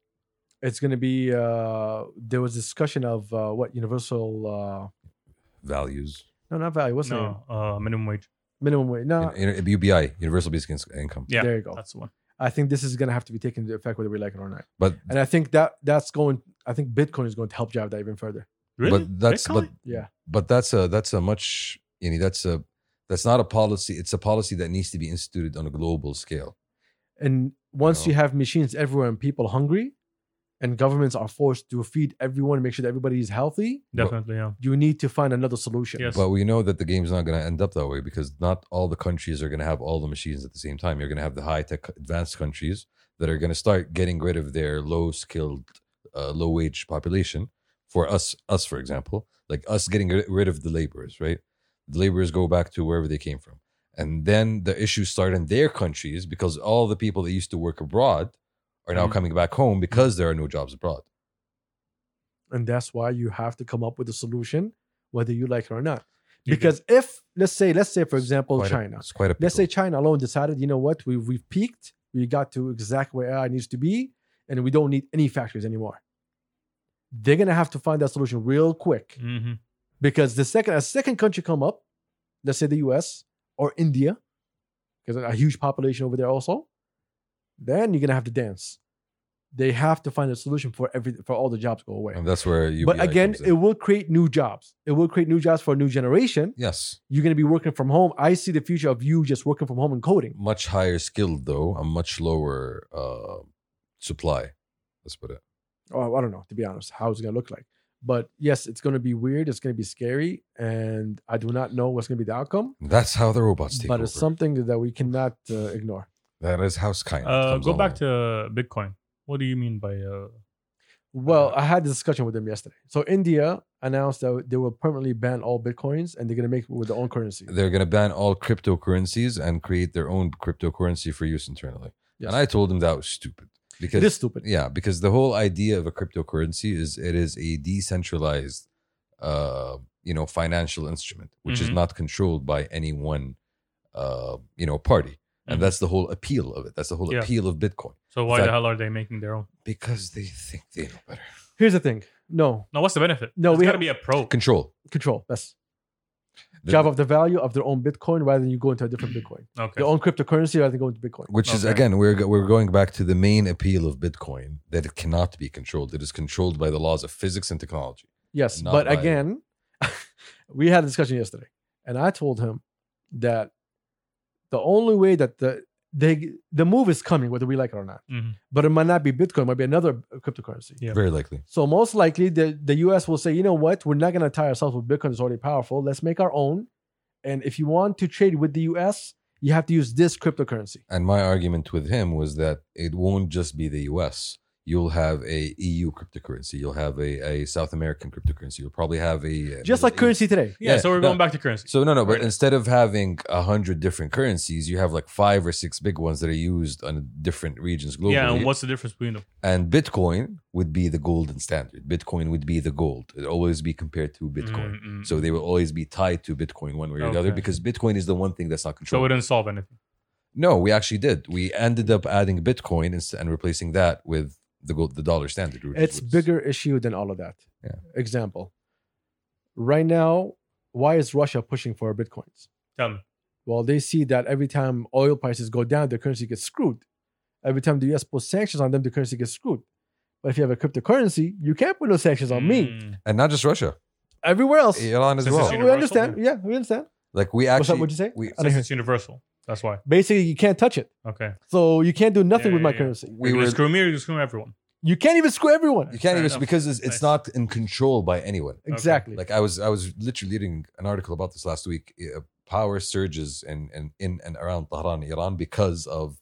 Speaker 1: It's gonna be. Uh, there was discussion of uh, what universal.
Speaker 2: Values.
Speaker 1: Uh, no, not value. What's the name?
Speaker 3: no, uh, minimum wage.
Speaker 1: Minimum wage. No,
Speaker 2: In- in- UBI, Universal Basic Ins- Income.
Speaker 3: Yeah.
Speaker 1: there you go.
Speaker 3: That's the one.
Speaker 1: I think this is gonna have to be taken into effect whether we like it or not.
Speaker 2: But
Speaker 1: And I think that that's going. I think Bitcoin is going to help drive that even further.
Speaker 3: Really?
Speaker 2: But that's
Speaker 3: Bitcoin?
Speaker 2: but
Speaker 1: Yeah.
Speaker 2: But that's a that's a much you know, that's a that's not a policy. It's a policy that needs to be instituted on a global scale.
Speaker 1: And once
Speaker 2: No.
Speaker 1: you have machines everywhere and people hungry, and governments are forced to feed everyone, make sure that everybody is healthy,
Speaker 3: definitely. Yeah.
Speaker 1: you need to find another solution.
Speaker 3: Yes.
Speaker 2: But we know that the game's not going to end up that way because not all the countries are going to have all the machines at the same time. You're going to have the high tech advanced countries that are going to start getting rid of their low skilled, uh, low wage population. For us, us for example, like us getting ri- rid of the laborers, right? The laborers go back to wherever they came from, and then the issues start in their countries because all the people that used to work abroad are now
Speaker 1: Mm-hmm.
Speaker 3: Mhm.
Speaker 2: coming back home because there are no jobs abroad.
Speaker 1: And that's why you have to come up with a solution, whether you like it or not.
Speaker 3: You did.
Speaker 1: Because if let's say, let's say for example,
Speaker 2: Quite a-
Speaker 1: China.
Speaker 2: it's quite a.
Speaker 1: Let's say
Speaker 2: pickle.
Speaker 1: China alone decided, you know what, we we've peaked, we got to exactly where AI needs to be, and we don't need any factories anymore. They're gonna have to find that solution real quick.
Speaker 3: hmm
Speaker 1: because the second a second country come up, let's say the U.S. or India, because a huge population over there also, then you're gonna have to dance. They have to find a solution for every for all the jobs go away.
Speaker 2: and that's where you.
Speaker 1: but again, it will create new jobs. It will create new jobs for a new generation.
Speaker 2: yes,
Speaker 1: You're gonna be working from home. I see the future of you just working from home and coding.
Speaker 2: much higher skilled though, a much lower uh, supply. Let's put it.
Speaker 1: Oh, I don't know to be honest, how it's gonna look like. But yes, it's gonna be weird. It's gonna be scary, and I do not know what's gonna be the outcome.
Speaker 2: That's how the robots take
Speaker 1: But
Speaker 2: over.
Speaker 1: it's something that we cannot uh, ignore.
Speaker 2: that is how kind
Speaker 3: Uh, go back to Bitcoin. What do you mean by uh,
Speaker 1: Well,
Speaker 2: Uh-huh.
Speaker 1: I had a discussion with them yesterday. So India announced that they will permanently ban all bitcoins and they're gonna make it with their own currency.
Speaker 2: They're gonna ban all cryptocurrencies and create their own cryptocurrency for use internally.
Speaker 1: Yes.
Speaker 2: And I told them that was stupid because
Speaker 1: it is stupid.
Speaker 2: yeah, because the whole idea of a cryptocurrency is it is a decentralized, uh, you know, financial instrument which is
Speaker 3: Mhm.
Speaker 2: not controlled by any one, uh, you know, party. And
Speaker 3: Mhm.
Speaker 2: that's the whole appeal of it. That's the whole
Speaker 3: Yeah.
Speaker 2: appeal of Bitcoin.
Speaker 3: so why
Speaker 2: That-
Speaker 3: the hell are they making their own?
Speaker 2: Because they think they know better.
Speaker 1: Here's the thing. No
Speaker 3: No, what's the benefit?
Speaker 1: No,
Speaker 3: There's
Speaker 1: we
Speaker 3: gotta
Speaker 1: have-
Speaker 3: be a pro.
Speaker 2: Control.
Speaker 1: control. That's
Speaker 2: The-
Speaker 1: job of the value of their own Bitcoin rather than you go into a different Bitcoin.
Speaker 3: Okay.
Speaker 1: Their own cryptocurrency rather than going to Bitcoin.
Speaker 2: which is
Speaker 3: Okay.
Speaker 2: again we're go- we're going back to the main appeal of Bitcoin that it cannot be controlled. It is controlled by the laws of physics and technology.
Speaker 1: Yes.
Speaker 2: Not
Speaker 1: but
Speaker 2: by-
Speaker 1: again, we had a discussion yesterday, and I told him that the only way that the they the move is coming, whether we like it or not.
Speaker 2: Mm-hmm.
Speaker 3: Mhm.
Speaker 1: But it might not be Bitcoin, it might be another cryptocurrency.
Speaker 3: Yeah.
Speaker 2: Very likely.
Speaker 1: So most likely the, the US will say, you know what, we're not gonna tie ourselves with Bitcoin, it's already powerful. Let's make our own. And if you want to trade with the US, you have to use this cryptocurrency.
Speaker 2: And my argument with him was that it won't just be the U.S. You'll have a EU cryptocurrency. You'll have a, a South American cryptocurrency. You'll probably have a uh,
Speaker 1: Just like
Speaker 2: Middle East-
Speaker 1: currency today.
Speaker 3: yeah,
Speaker 2: yeah,
Speaker 3: so we're
Speaker 2: no.
Speaker 3: going back to currency.
Speaker 2: So no, no. But
Speaker 3: Right.
Speaker 2: instead of having a hundred different currencies, you have like five or six big ones that are used on different regions globally.
Speaker 3: yeah, and what's the difference between them?
Speaker 2: and Bitcoin would be the golden standard. Bitcoin would be the gold. It'd always be compared to Bitcoin.
Speaker 3: Mm, mm,
Speaker 2: Mm-hmm. So they will always be tied to Bitcoin one way or the other
Speaker 3: Okay.
Speaker 2: because Bitcoin is the one thing that's not
Speaker 3: so
Speaker 2: controlled.
Speaker 3: it didn't solve anything.
Speaker 2: no, we actually did. We ended up adding Bitcoin inst- and replacing that with the gold, the dollar standard. which is
Speaker 1: It's
Speaker 2: what's-
Speaker 1: bigger issue than all of that.
Speaker 2: Yeah.
Speaker 1: Example. Right now, why is Russia pushing for bitcoins?
Speaker 3: Tell me.
Speaker 1: Well, they see that every time oil prices go down, the currency gets screwed. Every time the US puts sanctions on them, the currency gets screwed. But if you have a cryptocurrency, you can't put no sanctions on me.
Speaker 3: Mm.
Speaker 2: and not just Russia,
Speaker 1: Everywhere else.
Speaker 2: Iran as
Speaker 3: This is
Speaker 2: well.
Speaker 3: It's
Speaker 1: we
Speaker 3: universal,
Speaker 1: understand. Yeah, we understand.
Speaker 2: Like we
Speaker 1: What's
Speaker 2: actually,
Speaker 1: up? What'd you say?
Speaker 2: we
Speaker 1: I didn't
Speaker 3: Since it's universal, that's why.
Speaker 1: basically you can't touch it.
Speaker 3: Okay.
Speaker 1: So you can't do nothing with
Speaker 3: Yeah, yeah,
Speaker 1: my
Speaker 3: yeah.
Speaker 1: currency.
Speaker 2: we
Speaker 3: you
Speaker 2: were.
Speaker 3: can screw me or you can screw everyone.
Speaker 1: You can't even screw everyone.
Speaker 2: You can't
Speaker 3: Fair
Speaker 2: even
Speaker 3: enough.
Speaker 2: because it's, it's
Speaker 3: Nice.
Speaker 2: not in control by anyone.
Speaker 1: Exactly.
Speaker 2: Like I was, I was literally reading an article about this last week. Uh, Power surges in, in in and around Tehran, Iran, because of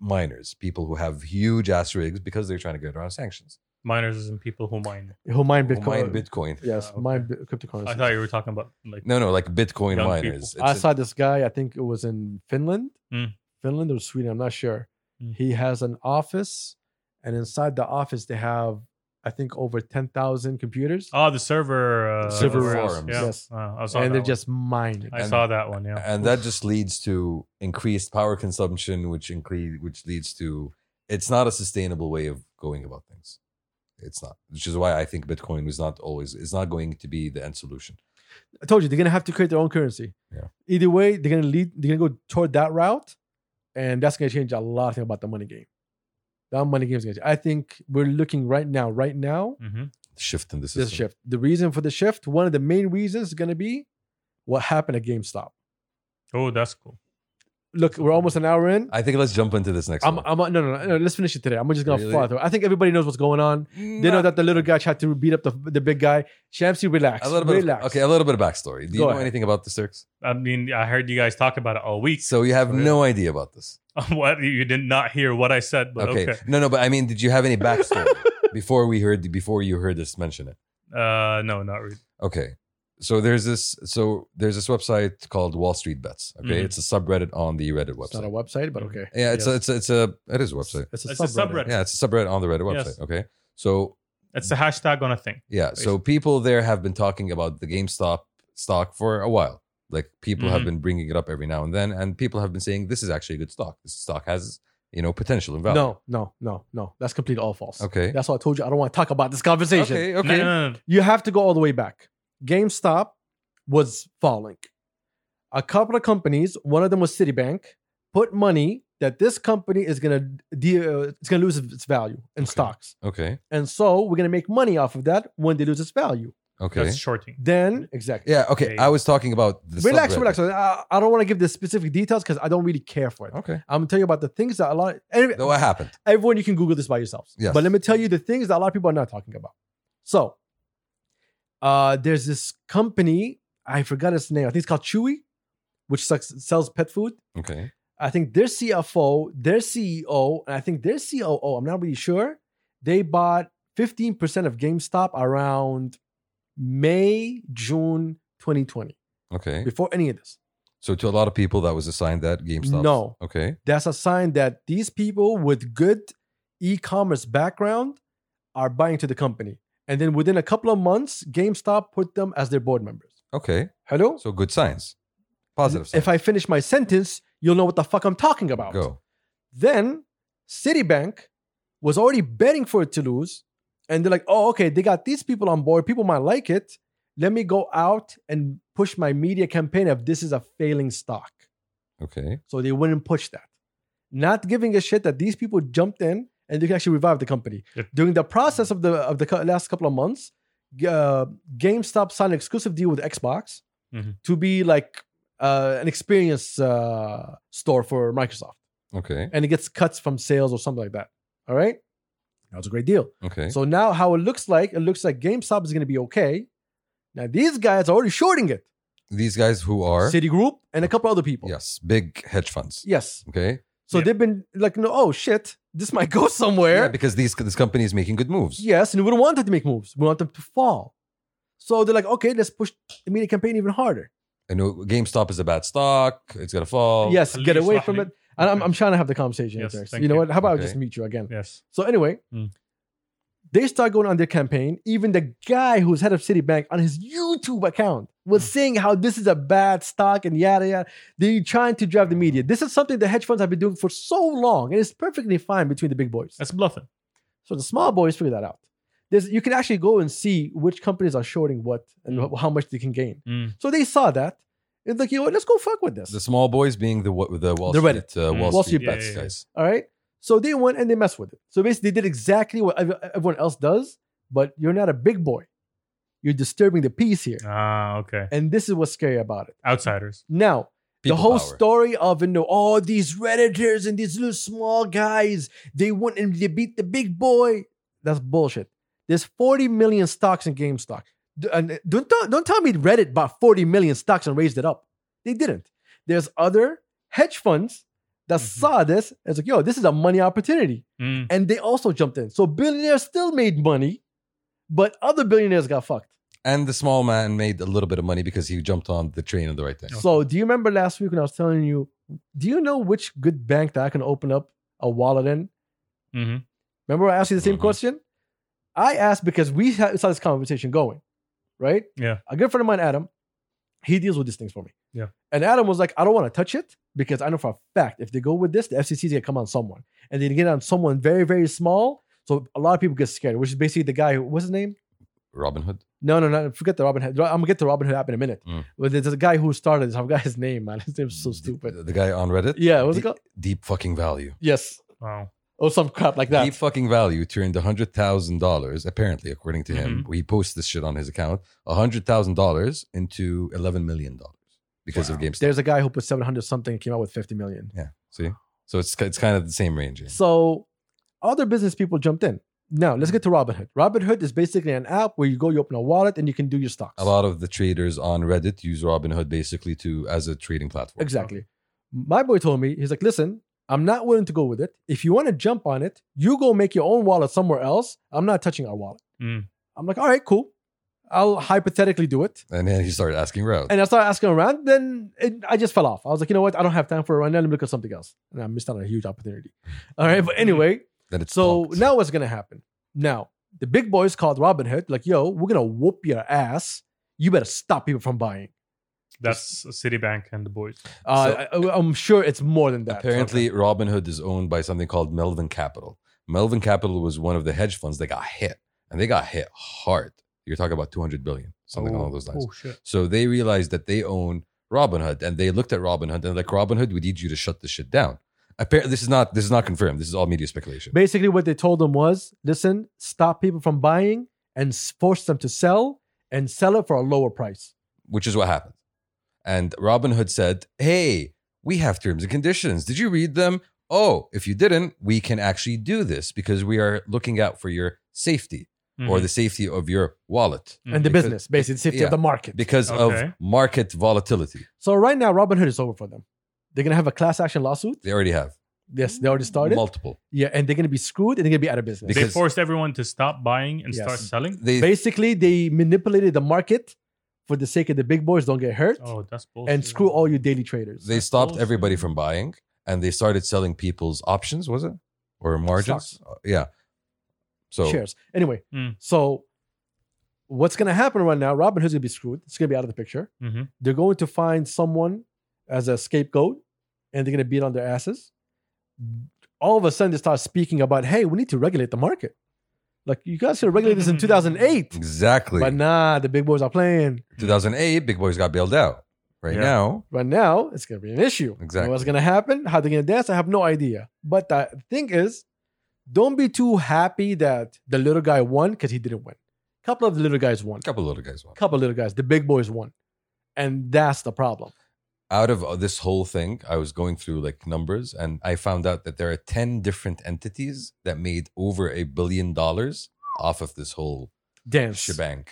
Speaker 2: miners, people who have huge ass rigs, because they're trying to get around sanctions.
Speaker 3: Miners and people who mine.
Speaker 1: who mine
Speaker 2: Who
Speaker 1: Bitcoin?
Speaker 2: Mine Bitcoin.
Speaker 1: Yes,
Speaker 3: Ah, okay.
Speaker 1: mine bi- cryptocurrency.
Speaker 3: I
Speaker 1: I,
Speaker 3: thought you were talking about like
Speaker 2: No, no, like Bitcoin
Speaker 3: Young
Speaker 2: miners. It's a-
Speaker 1: saw this guy. I think it was in Finland,
Speaker 3: Mm.
Speaker 1: Finland or Sweden. I'm not sure.
Speaker 3: Mm.
Speaker 1: He has an office, and inside the office they have, I think, over ten thousand computers,
Speaker 3: oh the server uh,
Speaker 1: Server
Speaker 2: forums.
Speaker 3: Yeah.
Speaker 1: Yes.
Speaker 3: Uh, I saw
Speaker 1: and
Speaker 3: that
Speaker 1: they're
Speaker 3: one.
Speaker 1: just mining.
Speaker 3: I
Speaker 2: And-
Speaker 3: saw that one. Yeah.
Speaker 2: and that just leads to increased power consumption, which increase, which leads to it's not a sustainable way of going about things. It's not, which is why I think Bitcoin was not always is not going to be the end solution.
Speaker 1: I told you they're gonna have to create their own currency.
Speaker 2: Yeah.
Speaker 1: Either way, they're gonna lead. They're gonna go toward that route, and that's gonna change a lot of things about the money game. That money game is gonna. Change. I think we're looking right now. Right now,
Speaker 3: Mm-hmm.
Speaker 2: The shift in the system.
Speaker 1: this shift. The reason for the shift, one of the main reasons, is gonna be what happened at GameStop.
Speaker 3: Oh, that's cool.
Speaker 1: Look, we're almost an hour in.
Speaker 2: I think let's jump into this next
Speaker 1: I'm,
Speaker 2: one.
Speaker 1: I'm no, no, no, no. Let's finish it today. I'm just gonna
Speaker 2: Really?
Speaker 1: fly through. I think everybody knows what's going on. They know
Speaker 2: Not-
Speaker 1: that the little guy tried to beat up the, the big guy. Shamsi, relax.
Speaker 2: a little bit.
Speaker 1: relax.
Speaker 2: Of, okay, a little bit of backstory. Do you
Speaker 1: Go
Speaker 2: know
Speaker 1: ahead.
Speaker 2: anything about the Turks?
Speaker 3: I mean, I heard you guys talk about it all week.
Speaker 2: So you have
Speaker 1: Really?
Speaker 2: no idea about this.
Speaker 3: what you did not hear what I said, but okay.
Speaker 2: Okay. No, no, but I mean, did you have any backstory before we heard before you heard us mention it?
Speaker 3: Uh, no, not really.
Speaker 2: Okay. So there's this so there's this website called Wall Street Bets. Okay.
Speaker 3: Mhm.
Speaker 2: It's a subreddit on the Reddit
Speaker 1: Mm-hmm. It's not a
Speaker 2: website.
Speaker 1: website, but okay.
Speaker 2: Yeah, it's
Speaker 1: Yeah.
Speaker 2: a it's a it's a it is a Mm-hmm. website.
Speaker 1: It's
Speaker 3: It's a subreddit.
Speaker 2: Yeah, it's a subreddit on the Reddit website.
Speaker 3: Yes.
Speaker 2: Okay. So
Speaker 3: It's a hashtag on a thing.
Speaker 2: Yeah. So people there have been talking about the GameStop stock for a while. Like people have
Speaker 3: Mhm.
Speaker 1: Mm-hmm.
Speaker 2: been bringing it up every now and then, and people have been saying this is actually a good stock. This stock has you know potential and value.
Speaker 1: No, no, no, no. That's complete all false.
Speaker 2: Okay.
Speaker 1: That's why I told you I don't want to talk about this conversation.
Speaker 2: Okay.
Speaker 3: No,
Speaker 2: Okay.
Speaker 3: no, no, no.
Speaker 1: You have to go all the way back. GameStop was falling. A couple of companies, one of them was Citibank, put money that this company is gonna de- uh, it's gonna lose its value in
Speaker 2: Okay.
Speaker 1: stocks,
Speaker 2: Okay.
Speaker 1: and so we're gonna make money off of that when they lose its value.
Speaker 2: Okay.
Speaker 3: That's shorting.
Speaker 1: Then exactly.
Speaker 2: yeah. Okay.
Speaker 3: Okay.
Speaker 2: I was talking about the
Speaker 1: Relax, relax.
Speaker 2: subreddit.
Speaker 1: I, I don't want to give the specific details because I don't really care for it.
Speaker 2: Okay.
Speaker 1: I'm gonna tell you about the things that a lot. Anyway,
Speaker 2: So what happened?
Speaker 1: everyone you can google this by yourselves
Speaker 2: Yes.
Speaker 1: but let me tell you the things that a lot of people are not talking about so uh there's this company i forgot its name i think it's called chewy which sucks, sells pet food
Speaker 2: Okay.
Speaker 1: i think their cfo their ceo and i think their coo i'm not really sure they bought 15% of gamestop around may june 2020
Speaker 2: Okay.
Speaker 1: before any of this
Speaker 2: So to a lot of people, that was a sign that GameStop.
Speaker 1: No.
Speaker 2: Okay.
Speaker 1: that's a sign that these people with good e-commerce background are buying to the company. And then within a couple of months, GameStop put them as their board members.
Speaker 2: Okay.
Speaker 1: Hello?
Speaker 2: So good signs. Positive signs.
Speaker 1: if I finish my sentence, you'll know what the fuck I'm talking about.
Speaker 2: go.
Speaker 1: Then Citibank was already betting for it to lose. And they're like, oh, okay, they got these people on board. People might like it. Let me go out and push my media campaign of this is a failing stock.
Speaker 2: Okay.
Speaker 1: So they wouldn't push that. Not giving a shit that these people jumped in and they can actually revive the company.
Speaker 3: Yeah.
Speaker 1: During the process of the of the cou- last couple of months, g- uh, GameStop signed an exclusive deal with Xbox
Speaker 2: Mm-hmm.
Speaker 3: Mhm.
Speaker 1: to be like uh, an experience uh, store for Microsoft,
Speaker 2: Okay.
Speaker 1: and it gets cuts from sales or something like that. All right, that was a great deal.
Speaker 2: Okay.
Speaker 1: So now, how it looks like? It looks like GameStop is going to be okay. Now these guys are already shorting it.
Speaker 2: These guys who are
Speaker 1: Citigroup and a couple other people.
Speaker 2: yes, big hedge funds.
Speaker 1: Yes.
Speaker 2: Okay.
Speaker 1: So
Speaker 3: Yeah.
Speaker 1: they've been like, no, oh shit, this might go somewhere.
Speaker 2: Yeah, because these this company is making good moves.
Speaker 1: yes, and we don't want them to make moves. We want them to fall. So they're like, okay, let's push the media campaign even harder.
Speaker 2: I know GameStop is a bad stock. It's gonna fall.
Speaker 1: yes,
Speaker 3: Khalid
Speaker 1: get away
Speaker 3: Ismaili.
Speaker 1: from it. And I'm,
Speaker 3: Okay.
Speaker 1: I'm trying to have the conversation.
Speaker 3: Yes,
Speaker 1: Yes,
Speaker 3: thank
Speaker 1: you know
Speaker 3: you.
Speaker 1: what? How about I
Speaker 2: Okay.
Speaker 1: just mute you again?
Speaker 3: Yes.
Speaker 1: So anyway,
Speaker 3: Mm.
Speaker 1: they start going on their campaign. Even the guy who's head of Citibank on his YouTube account was
Speaker 3: Mm.
Speaker 1: saying how this is a bad stock and yada yada. They're trying to drive the media. This is something the hedge funds have been doing for so long, and it's perfectly fine between the big boys.
Speaker 3: That's bluffing.
Speaker 1: So the small boys figure that out. There's, you can actually go and see which companies are shorting what and wh- how much they can gain.
Speaker 3: Mm.
Speaker 1: So they saw that. It's like, you know what, let's go fuck with this.
Speaker 2: The small boys being the wa- the Wall
Speaker 1: The
Speaker 2: Street
Speaker 1: Reddit.
Speaker 2: uh, Wall,
Speaker 3: Wall
Speaker 2: Street,
Speaker 1: Street
Speaker 2: bets
Speaker 3: bets.
Speaker 2: guys.
Speaker 1: All right. So they went and they messed with it. So basically, they did exactly what ev- everyone else does, but you're not a big boy. You're disturbing the peace here.
Speaker 3: Ah, okay.
Speaker 1: And this is what's scary about it.
Speaker 3: Outsiders.
Speaker 1: Now,
Speaker 2: People
Speaker 1: the whole
Speaker 2: power.
Speaker 1: story of you know all these redditors and these little small guys they went and they beat the big boy that's bullshit there's 40 million stocks in gamestop D- and uh, don't, tell- don't tell me reddit bought 40 million stocks and raised it up they didn't there's other hedge funds that
Speaker 2: Mm-hmm.
Speaker 3: Mhm.
Speaker 1: saw this and it's like yo this is a money opportunity
Speaker 3: Mm.
Speaker 1: and they also jumped in so billionaires still made money but other billionaires got fucked
Speaker 2: And the small man made a little bit of money because he jumped on the train on the right thing.
Speaker 1: So, do you remember last week when I was telling you, do you know which good bank that I can open up a wallet in?
Speaker 3: hmm
Speaker 1: Remember, I asked you the same
Speaker 3: Mm-hmm.
Speaker 2: Mhm.
Speaker 1: question? I asked because we ha- saw this conversation going, right?
Speaker 3: Yeah.
Speaker 1: A good friend of mine, Adam, He deals with these things for me.
Speaker 3: Yeah.
Speaker 1: And Adam was like, I don't want to touch it because I know for a fact if they go with this, the FCC is gonna come on someone, and they get on someone very very small. So a lot of people get scared, which is basically the guy. Who, what's his name?
Speaker 2: Robin Hood.
Speaker 1: No, no, no. Forget the Robin Hood. I'm gonna get to Robin Hood app in a minute.
Speaker 2: Mm.
Speaker 1: But there's a guy who started this. I forgot his name, man. His
Speaker 3: Mm,
Speaker 1: name's so
Speaker 2: The,
Speaker 1: stupid.
Speaker 2: the guy on Reddit.
Speaker 1: Yeah, what's it
Speaker 2: deep,
Speaker 1: called?
Speaker 2: Deep fucking value.
Speaker 1: Yes,
Speaker 3: Wow.
Speaker 1: or some crap like
Speaker 2: Deep
Speaker 1: that.
Speaker 2: fucking value turned hundred thousand dollars, apparently, according to him.
Speaker 1: Mm-hmm.
Speaker 2: He posts this shit on his account. hundred thousand dollars into eleven million dollars because of GameStop.
Speaker 1: There's a guy who put 700 something and came out with 50 million.
Speaker 2: yeah. See. So it's it's kind of the same range. yeah.
Speaker 1: So other business people jumped in. Now let's get to Robinhood. Robinhood is basically an app where you go, you open a wallet, and you can do your stocks.
Speaker 2: A lot of the traders on Reddit use Robinhood basically to as a trading platform.
Speaker 1: Exactly. My boy told me, he's like, listen, I'm not willing to go with it. If you want to jump on it, you go make your own wallet somewhere else. I'm not touching our wallet.
Speaker 3: Mm.
Speaker 1: I'm like, all right, cool. I'll hypothetically do it.
Speaker 2: And then he started asking around.
Speaker 1: And I started asking around. Then it, I just fell off. I was like, you know what? I don't have time for it right now. Let me look at something else. And I missed out on a huge opportunity. All right. But anyway,
Speaker 2: then it's
Speaker 1: so
Speaker 2: talked.
Speaker 1: now what's gonna happen? Now the big boys called Robinhood, like, yo, we're gonna whoop your ass. You better stop people from buying.
Speaker 3: That's Citibank and the boys.
Speaker 1: Uh, I, am sure it's more than that.
Speaker 2: Apparently, Robinhood is owned by something called Melvin Capital. Melvin Capital was one of the hedge funds that got hit, and they got hit hard. You're talking about 200 billion, something
Speaker 3: oh,
Speaker 2: along those lines.
Speaker 3: Oh shit.
Speaker 2: So they realized that they own Robinhood, and they looked at Robinhood and like Robinhood, we need you to shut this shit down. Apparently, this is not this is not confirmed. This is all media speculation.
Speaker 1: basically what they told them was, listen, stop people from buying and s- force them to sell and sell it for a lower price.
Speaker 2: which is what happened. And Robin Hood said, Hey, we have terms and conditions. Did you read them? Oh, if you didn't, we can actually do this because we are looking out for your safety or
Speaker 3: Mhm.
Speaker 2: the safety of your wallet
Speaker 3: Mm,
Speaker 1: And the
Speaker 2: because-
Speaker 1: business, basically, the safety
Speaker 2: yeah,
Speaker 1: of the market.
Speaker 2: because
Speaker 3: Okay.
Speaker 2: of market volatility.
Speaker 1: so right now, Robinhood is over for them. They're gonna have a class action lawsuit.
Speaker 2: They already have
Speaker 1: Yes, they already started.
Speaker 2: multiple.
Speaker 1: yeah, and they're gonna be screwed and they're gonna be out of business.
Speaker 2: Because-
Speaker 3: they forced everyone to stop buying and start
Speaker 1: Yes.
Speaker 3: selling.
Speaker 2: They
Speaker 1: basically they manipulated the market for the sake of the big boys don't get hurt
Speaker 3: Oh, that's bullshit.
Speaker 1: and screw all you daily traders
Speaker 2: they stopped
Speaker 3: bullshit.
Speaker 2: everybody from buying and they started selling people's options, was it? Or margins? Uh, yeah. So
Speaker 1: shares anyway
Speaker 3: Mm.
Speaker 1: so what's going to happen right now robinhood's going to be screwed it's going to be out of the picture
Speaker 3: Mhm.
Speaker 1: they're going to find someone as a scapegoat and they're going to beat on their asses all of a sudden they start speaking about hey we need to regulate the market like you guys should have regulated
Speaker 3: Mm-hmm.
Speaker 1: this in 2008
Speaker 2: exactly.
Speaker 1: but nah the big boys are playing
Speaker 2: 2008, big boys got bailed out. Right
Speaker 3: Yeah.
Speaker 2: now,
Speaker 1: Right now, it's going to be an issue.
Speaker 2: Exactly.
Speaker 1: What's going to happen? How they're going to dance? I have no idea. But the thing is, don't be too happy that the little guy won because he didn't win. A couple of the little guys won.
Speaker 2: a couple of little guys won.
Speaker 1: couple of little guys. The big boys won. And that's the problem.
Speaker 2: out of uh, this whole thing, I was going through like numbers and I found out that there are 10 different entities that made over a billion dollars off of this whole
Speaker 1: Dance.
Speaker 2: shebang.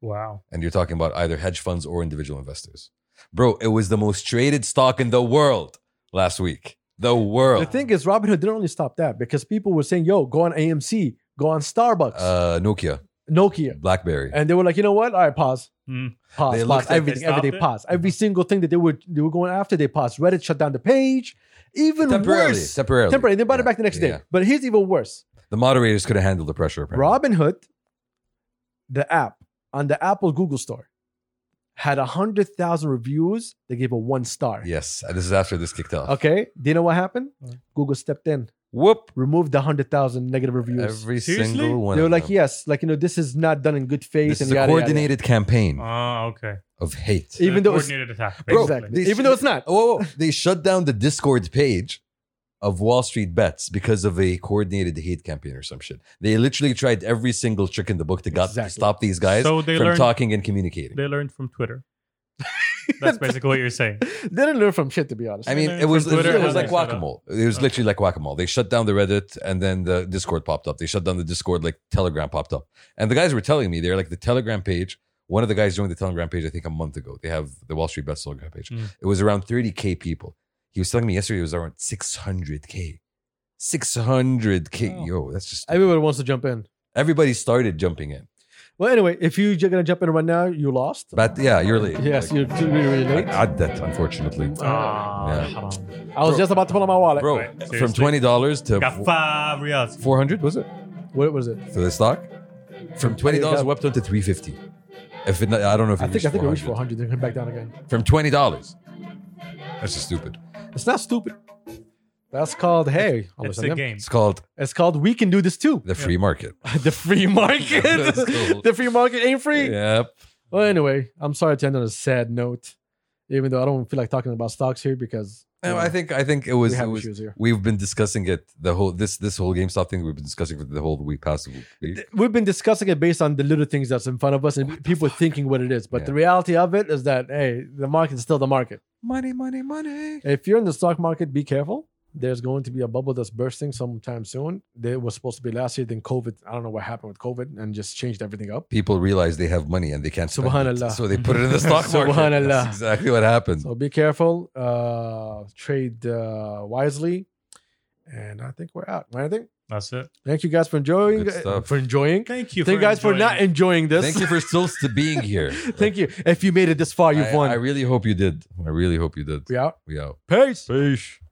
Speaker 3: Wow.
Speaker 2: And you're talking about either hedge funds or individual investors. Bro, it was the most traded stock in the world last week. The
Speaker 1: The
Speaker 2: world.
Speaker 1: thing is, Robinhood didn't only stop that because people were saying, yo, go on AMC, go on Starbucks,
Speaker 2: Uh, Nokia,
Speaker 1: Nokia.
Speaker 2: Blackberry.
Speaker 1: And they were like, you know what? All right, pause.
Speaker 3: Mm.
Speaker 1: Pause,
Speaker 2: They
Speaker 1: pause,
Speaker 2: looked like
Speaker 1: everything,
Speaker 3: they
Speaker 1: everything,
Speaker 3: stopped it?
Speaker 1: pause. Every single thing that they were they were going after, they paused. Reddit shut down the page. Even
Speaker 2: Temporarily,
Speaker 1: worse,
Speaker 2: temporarily.
Speaker 1: temporary. They brought it
Speaker 2: Yeah,
Speaker 1: back the next day.
Speaker 2: yeah.
Speaker 1: But here's even worse.
Speaker 2: The moderators couldn't handle the pressure. Apparently.
Speaker 1: Robinhood, the app on the Apple Google Store, had hundred thousand reviews. They gave it one star.
Speaker 2: Yes, this is after this kicked off.
Speaker 1: Okay. Do you know what happened?
Speaker 3: What?
Speaker 1: Google stepped in,
Speaker 2: Whoop.
Speaker 1: removed the hundred thousand negative reviews.
Speaker 2: Every
Speaker 3: Seriously?
Speaker 2: single one.
Speaker 1: they were
Speaker 2: of
Speaker 1: like,
Speaker 2: them.
Speaker 1: yes, like you know, this is not done in good faith.
Speaker 2: This
Speaker 1: and
Speaker 2: is a
Speaker 1: yada, yada, Uh. yada.
Speaker 2: coordinated campaign
Speaker 3: Ah, okay.
Speaker 2: of hate.
Speaker 1: Even
Speaker 3: Even
Speaker 1: though
Speaker 3: though
Speaker 1: it's-
Speaker 3: coordinated attack.
Speaker 2: Bro,
Speaker 3: basically.
Speaker 1: exactly.
Speaker 2: they-
Speaker 1: Even though it's not.
Speaker 2: Whoa, whoa. they shut down the Discord page of Wall Street Bets because of a coordinated hate campaign or some shit. They literally tried every single trick in the book to, got, to
Speaker 1: Exactly.
Speaker 2: stop these guys
Speaker 3: So they
Speaker 2: from
Speaker 3: learned-
Speaker 2: talking and communicating.
Speaker 3: They learned from Twitter. That's basically what you're saying.
Speaker 1: They didn't learn from shit, to be honest.
Speaker 2: I mean,
Speaker 3: learned
Speaker 2: it was,
Speaker 3: from Twitter
Speaker 2: it was
Speaker 1: how
Speaker 2: like
Speaker 1: they
Speaker 3: shut up.
Speaker 2: guacamole. It was literally like guacamole. They shut down the Reddit and then the Discord popped up. They shut down the Discord, like Telegram popped up. And the guys were telling me, they're like the Telegram page. One of the guys joined the Telegram page, I think a month ago. They have the Wall Street Bets Telegram page.
Speaker 3: Mm.
Speaker 2: It was around 30K people. He was telling me yesterday it was around 600K. 600K.
Speaker 3: Wow.
Speaker 2: Yo, that's just.
Speaker 1: everybody wants to jump in.
Speaker 2: Everybody started jumping in.
Speaker 1: Well, anyway, if you're gonna jump in right now, you lost.
Speaker 2: But yeah, you're late.
Speaker 1: Yes,
Speaker 2: Like,
Speaker 1: you're too- really, really
Speaker 2: I
Speaker 1: late.
Speaker 2: add that, unfortunately.
Speaker 3: Ah,
Speaker 2: Yeah.
Speaker 3: haram.
Speaker 1: I was
Speaker 2: Bro.
Speaker 1: just about to pull out my wallet.
Speaker 2: Bro,
Speaker 3: Right,
Speaker 2: from
Speaker 3: seriously.
Speaker 2: $20
Speaker 3: Got
Speaker 2: to
Speaker 3: five reals.
Speaker 2: 400 was it?
Speaker 1: What was it?
Speaker 2: for the stock from twenty dollars went up to three fifty. If it, I don't know if
Speaker 1: I
Speaker 2: it
Speaker 1: think I
Speaker 2: reached
Speaker 1: think we reached 400.
Speaker 2: 400.
Speaker 1: Then come back down again.
Speaker 2: from twenty dollars. That's just stupid.
Speaker 1: It's not stupid. That's called hey. I was
Speaker 3: It's
Speaker 1: like,
Speaker 3: a game.
Speaker 2: It's called
Speaker 1: It's called we can do this too.
Speaker 2: the free market.
Speaker 1: the free market.
Speaker 2: That's cool.
Speaker 1: the free market ain't free.
Speaker 2: Yep.
Speaker 1: Well, anyway, I'm sorry to end on a sad note, even though I don't feel like talking about stocks here because you
Speaker 2: No,
Speaker 1: know,
Speaker 2: I think I think it was.
Speaker 1: we
Speaker 2: it
Speaker 1: have
Speaker 2: was-
Speaker 1: issues here.
Speaker 2: We've been discussing it the whole this this whole GameStop thing. We've been discussing for the whole week past week.
Speaker 1: We've been discussing it based on the little things that's in front of us and people thinking what it is. But
Speaker 2: Yeah.
Speaker 1: the reality of it is that, hey, the market is still the market.
Speaker 2: Money, money, money.
Speaker 1: If you're in the stock market, be careful. There's going to be a bubble that's bursting sometime soon. It was supposed to be last year, then COVID. I don't know what happened with COVID and just changed everything up.
Speaker 2: People realize they have money and they can't. spend it.
Speaker 1: Subhanallah.
Speaker 2: So they put it in the stock market.
Speaker 1: Subhanallah.
Speaker 2: That's exactly what happened.
Speaker 1: So be careful, uh, trade uh, wisely, and I think we're out. Right, I think.
Speaker 3: That's it.
Speaker 1: Thank you guys for enjoying.
Speaker 2: Good stuff.
Speaker 1: For enjoying. Thank
Speaker 3: Thank you.
Speaker 1: you, guys for
Speaker 3: enjoying
Speaker 1: not
Speaker 3: it.
Speaker 1: enjoying this.
Speaker 2: Thank you for still st- being here.
Speaker 1: Thank you. If you made it this far, you've
Speaker 2: I,
Speaker 1: won.
Speaker 2: I really hope you did. I really hope you did.
Speaker 1: we out.
Speaker 2: We out.
Speaker 1: Peace.
Speaker 2: Peace.